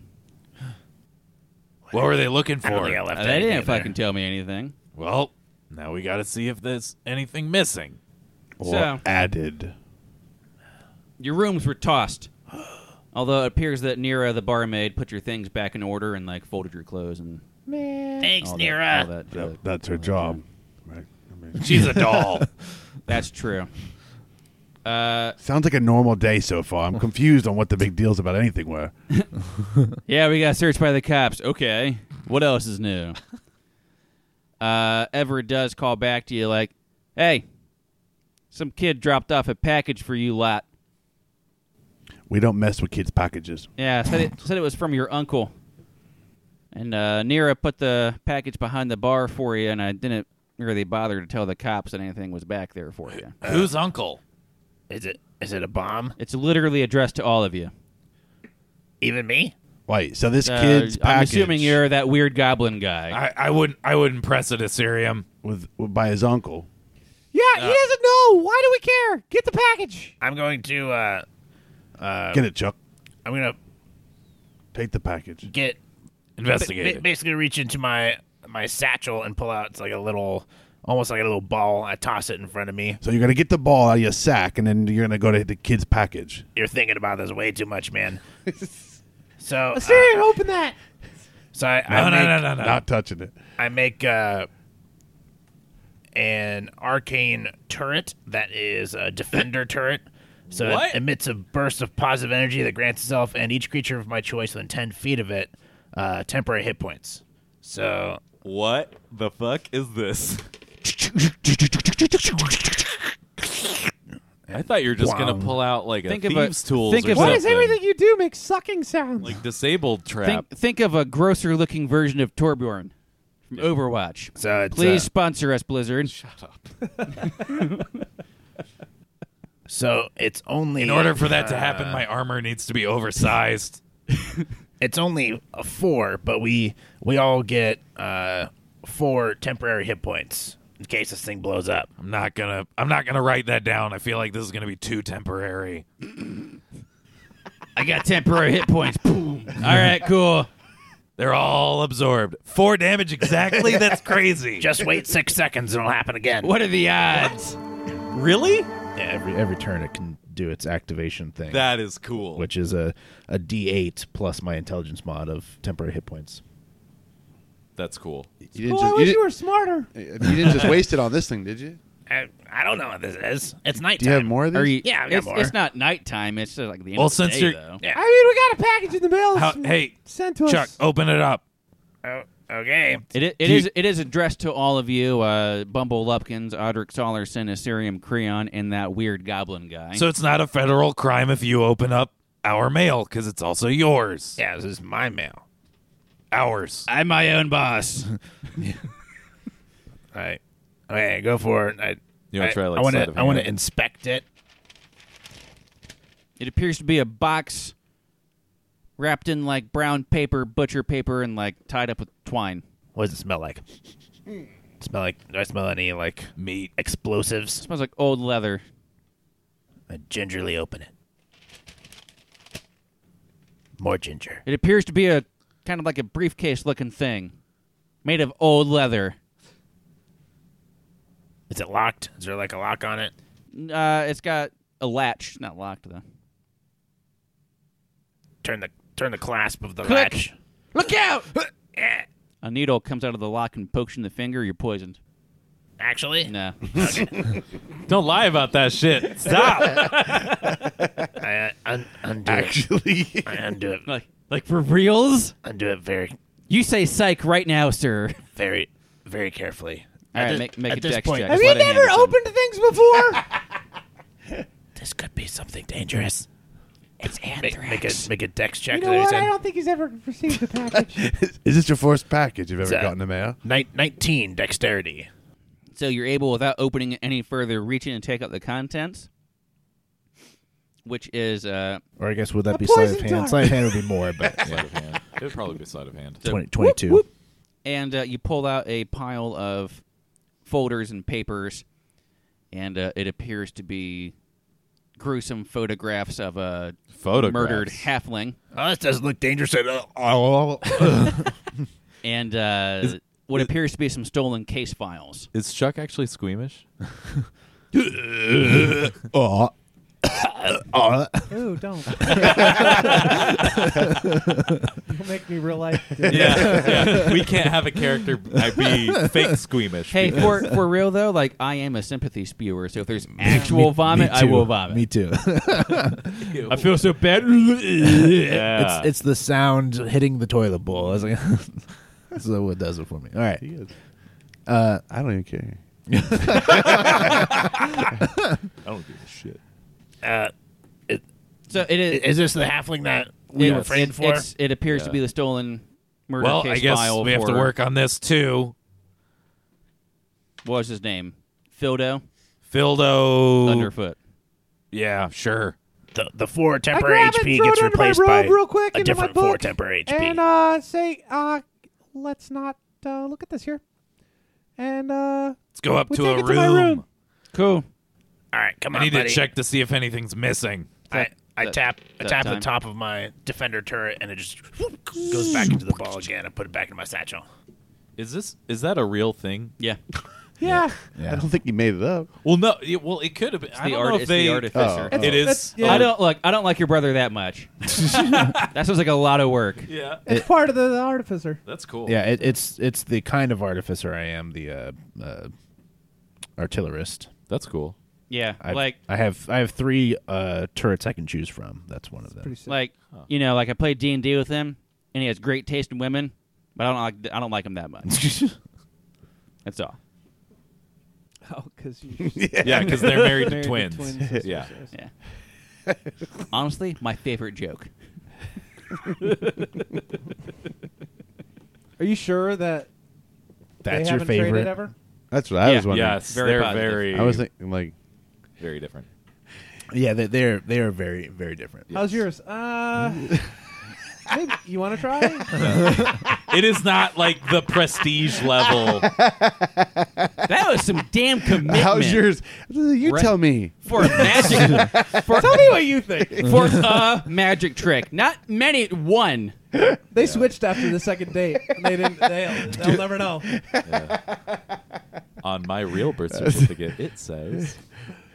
C: What were they looking
D: I don't think I
C: for?
D: left
B: they
D: anything
B: didn't
D: there.
B: fucking tell me anything.
C: Well, now we gotta see if there's anything missing.
E: Or
B: So-
E: added.
B: Your rooms were tossed. Although it appears that Nira, the barmaid, put your things back in order and like folded your clothes and
A: Man.
D: Thanks,
B: all
D: Nira.
B: that. All that
E: That-
B: junk.
E: that's her job. Right. I mean,
C: She's a doll.
B: That's true. Uh,
E: sounds like a normal day so far. I'm confused on what the big deals about anything were.
B: yeah, we got searched by the cops. Okay, what else is new? Uh, Everett does call back to you like, "Hey, some kid dropped off a package for you lot.
E: We don't mess with kids' packages.
B: Yeah, said it said it was from your uncle. And uh, Nira put the package behind the bar for you, and I didn't really bother to tell the cops that anything was back there for you."
C: Who's uncle?
D: Is it is it a bomb?
B: It's literally addressed to all of you.
D: Even me?
E: Wait, so this
B: Uh,
E: kid's package.
B: I'm assuming you're that weird goblin guy.
C: I, I wouldn't. I wouldn't press it, Assyrium.
E: with, with by his uncle.
A: Yeah, he
E: Uh,
A: doesn't know. Why do we care? Get the package.
D: I'm going to uh
B: Uh,
E: Get it, Chuck.
D: I'm going to
E: Take the package.
D: get
C: Investigate
D: ba- ba-
C: it.
D: basically reach into my my satchel and pull out it's like a little almost like a little ball. I toss it in front of me.
E: So you're gonna get the ball out of your sack, and then you're gonna go to the kid's package.
D: You're thinking about this way too much, man. So, uh,
A: Steve, open that.
D: so I, I
C: No, no,
D: make,
C: no, no, no.
E: Not touching it.
D: I make uh, an arcane turret that is a defender turret. So
G: What?
D: it emits a burst of positive energy that grants itself and each creature of my choice within 10 feet of it uh, temporary hit points. So
G: What the fuck is this? I thought you were just gonna pull out like a
B: Think of a-
G: thieves' tools
B: think
G: or
B: of a-
A: Why
G: something.
A: does everything you do make sucking sounds?
G: like disabled trap?
B: Think, think of a grosser looking version of Torbjorn from Overwatch.
D: So it's,
B: Please
D: uh,
B: sponsor us, Blizzard. Shut up.
D: so it's only
C: In order for that to happen, my armor needs to be oversized.
D: it's only a four, but we we all get uh, four temporary hit points in case this thing blows up.
C: I'm not gonna. I'm not gonna write that down. I feel like this is gonna be too temporary.
B: I got temporary hit points. Boom. All right, cool.
C: They're all absorbed. Four damage exactly. That's crazy.
D: Just wait six seconds and it'll happen again.
B: What are the odds?
G: really?
D: Yeah, every every turn it can do its activation thing,
G: That is cool.
D: which is a a D eight plus my intelligence mod of temporary hit points.
G: That's cool.
E: You didn't,
A: oh, I
E: just, you,
A: wish you were
E: didn't,
A: smarter.
E: you didn't just waste it on this thing, did you?
D: I, I don't know what this is. It's nighttime.
E: Do you have more of these?
B: Are you,
D: Yeah, I've got
B: it's,
D: more.
B: it's not nighttime. It's just like the end
C: Well,
B: of the
C: since
B: day,
C: you're-
B: though.
D: Yeah.
A: I mean, we got a package in the mail.
C: How,
A: s-
C: hey,
A: sent to
C: Chuck,
A: us.
C: open it up.
D: Oh, okay.
B: It i- it
C: Do you-
B: is it is addressed to all of you, uh, Bumble Lupkins, Odric Solerson, Assyrium Creon, and that weird goblin guy.
C: So it's not a federal crime if you open up our mail because it's also yours.
D: Yeah, this is my mail.
C: Ours.
B: I'm my own boss.
D: All right. Okay, go for it. I,
G: You wanna
D: I-
G: try, like,
D: I want
G: sleight
D: to.
G: of
D: I want to
G: hand?
D: inspect it.
B: it appears to be a box wrapped in like brown paper, butcher paper, and like tied up with twine.
D: What does it smell like?
B: Hmm.
D: smell like? Do I smell any like meat explosives?
B: smells like old leather.
D: I gingerly open it. More ginger.
B: It appears to be a kind of like a briefcase looking thing made of old leather.
D: Is it locked? Is there like a lock on it?
B: Uh, it's got a latch, not locked though.
D: Turn the turn the clasp of the
B: Click.
D: latch.
B: Look out! a needle comes out of the lock and pokes you in the finger. You're poisoned.
D: Actually,
B: Nah.
G: Don't lie about that shit. Stop.
D: I uh, un- undo
E: Actually,
D: it. I undo it.
B: like, like for reals?
D: Undo it very,
B: You say psych right now, sir.
D: very, very carefully.
B: All
D: At
B: right,
D: this-
B: make, make
D: at
B: a
D: this
B: dex
D: point-
B: check.
A: Have
B: Just
A: you
B: let it handle
A: never
B: something.
A: opened things before?
D: This could be something dangerous.
B: It's
D: Make,
B: anthrax.
D: make a make a dex
A: you
D: check.
A: know
D: that I
A: what?
D: said.
A: I don't think he's ever received a package.
E: is this your first package you've ever
D: Uh,
E: gotten in the mail?
D: Nine- Nineteen dexterity.
B: So you're able, without opening it any further, reach in and take out the contents, which is uh,
F: Or I guess would that
A: A
F: be sleight of
A: poison
F: hand?
A: dart.
F: Sleight of hand would be more, but
G: sleight of hand. It'd probably be sleight of hand.
F: 20, 22.
B: and uh, you pull out a pile of folders and papers, and uh, it appears to be gruesome photographs of a
G: Photographs.
B: murdered halfling.
D: Oh, this doesn't look dangerous at all.
E: Oh.
B: and uh, what appears to be some stolen case files.
G: Is Chuck actually squeamish?
E: Oh,
A: oh, don't. don't make me realize.
G: yeah, yeah. We can't have a character be fake squeamish.
B: Hey, for for real though, like I am a sympathy spewer, so if there's actual vomit, I will vomit.
F: Me too.
G: I feel so bad. yeah.
F: It's it's the sound hitting the toilet bowl. It's like, so what does it for me? All right.
E: I don't even care.
G: I don't give a shit.
B: So it is.
D: Is this the halfling that we were
B: it's-
D: framed for?
B: it's- it appears to be the stolen murder
C: Well,
B: case
C: I guess
B: file.
C: we have to
B: for-
C: work on this too.
B: What was his name? Fildo
C: Fildo.
B: Underfoot.
C: Yeah, sure.
D: The, the four
A: I
D: temporary
A: grab it,
D: HP
A: throw it
D: gets
A: under my
D: replaced
A: robe
D: by
A: real quick,
D: a
A: into my
D: different four
A: book,
D: temporary HP.
A: and uh, say, uh, let's not uh, look at this here. And uh,
C: Let's go up
A: we
C: to
A: take
C: a
A: it
C: room.
A: to my room.
B: Cool.
D: all right, come
C: I
D: on,
C: need
D: buddy.
C: to check to see if anything's missing.
D: I, I
B: that-
D: tap I
B: that
D: tap
B: time.
D: the top of my defender turret, and it just goes back into the ball again. I put it back in my satchel.
G: Is this is that a real thing?
B: Yeah.
A: Yeah.
J: I don't think he made it up.
C: Well, no. It, well, it could have been. I
B: the
C: don't
B: art-
C: know if
B: it's
C: they.
B: the artificer.
J: Oh.
C: It is.
A: yeah.
B: I don't look. I don't like your brother that much. that sounds like a lot of work.
C: Yeah,
A: It's part of the, the artificer.
C: that's cool.
E: Yeah, it, it's it's the kind of artificer I am, the uh, uh, artillerist.
C: that's cool.
B: Yeah,
E: I've,
B: like
E: I have I have three uh, turrets I can choose from. That's one of them.
A: Pretty sick.
B: like you know, like I played D and D with him, and he has great taste in women, but I don't like I don't like him that much. That's all.
A: oh, because
C: Yeah, because they're married to
A: Married to
C: twins.
A: twins, that's
C: yeah.
B: Yeah. Honestly, my favorite joke.
A: Are you sure that
E: That's
A: they
E: your
A: haven't traded
E: favorite.
A: ever?
J: That's what I
B: Yeah.
J: was wondering.
C: Yes,
B: Very
C: they're
B: positive.
C: very.
J: I was thinking like
C: very different.
E: Yeah, they, they're they are very very different.
A: How's yours? Uh, maybe you want to try?
C: It is not like the prestige level.
B: That was some damn commitment.
J: how's yours? You
B: Right.
J: tell me.
B: for a magic for,
A: Tell me what you think.
B: for a magic trick? Not many. One.
A: They switched after the second date. and They didn't. They, they'll never know.
C: On my real birth certificate, it says.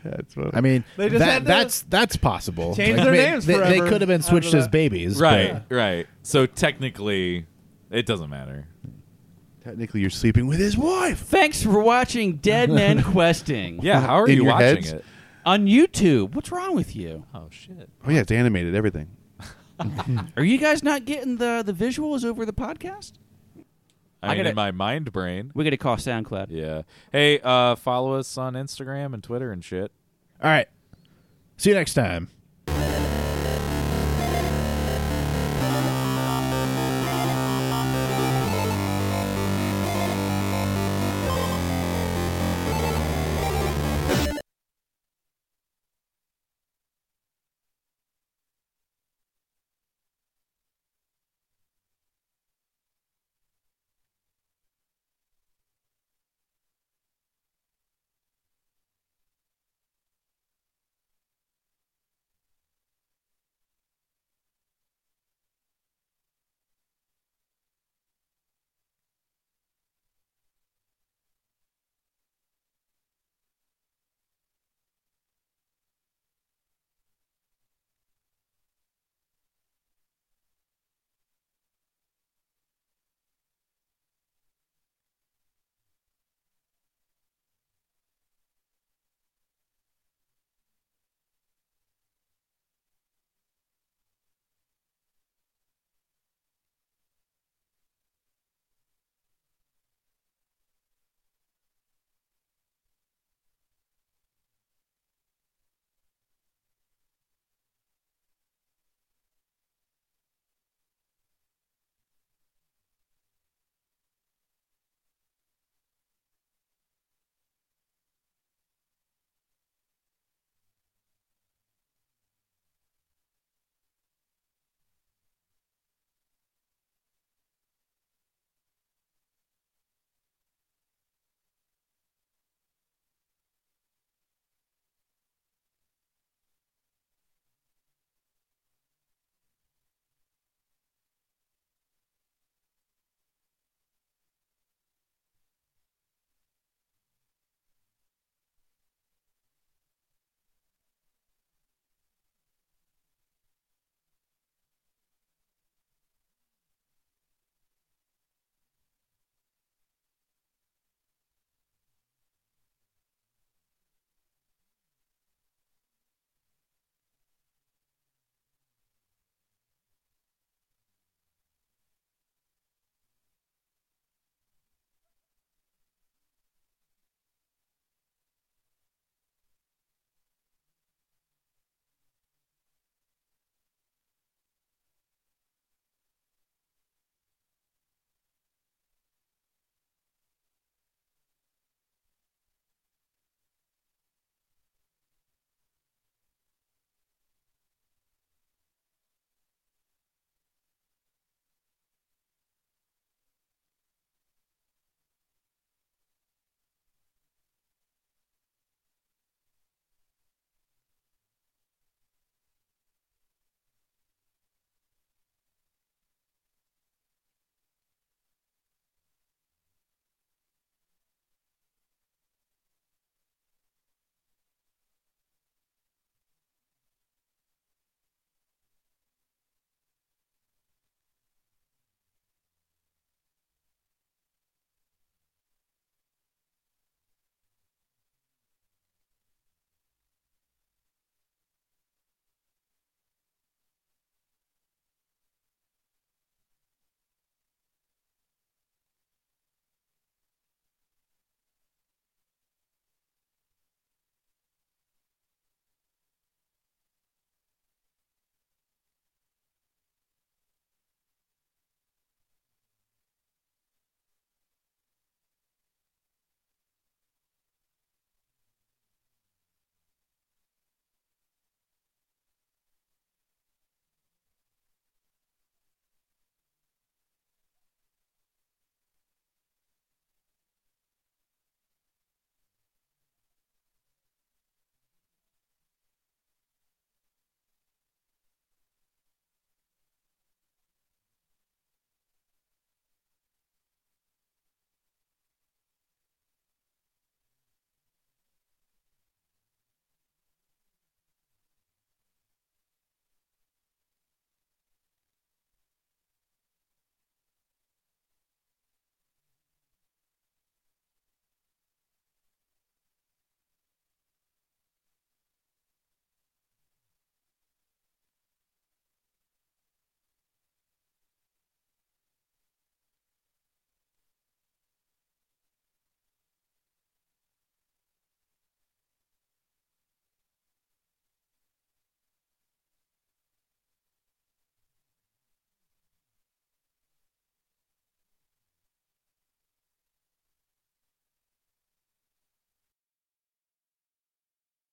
J: That's what
E: I mean,
A: They just
E: that-
A: had to
E: that's that's possible.
A: change their
E: I mean,
A: names
E: They, they
A: forever
E: could have been
A: after
E: switched as
A: that.
E: babies,
C: Right,
E: but-
C: right. So technically, it doesn't matter.
J: technically you're sleeping with his wife.
B: Thanks for watching Dead Men Questing
C: Yeah, how are
J: In
C: you
J: your
C: watching
J: heads?
C: it?
B: on YouTube. What's wrong with you?
C: Oh shit.
J: Oh yeah, it's animated everything.
B: Are you guys not getting the the visuals over the podcast?
C: I,
B: I
C: mean,
B: gotta-
C: in my mind brain.
B: We're gonna call SoundCloud.
C: Yeah. Hey, uh, follow us on Instagram and Twitter and shit.
E: All right. See you next time.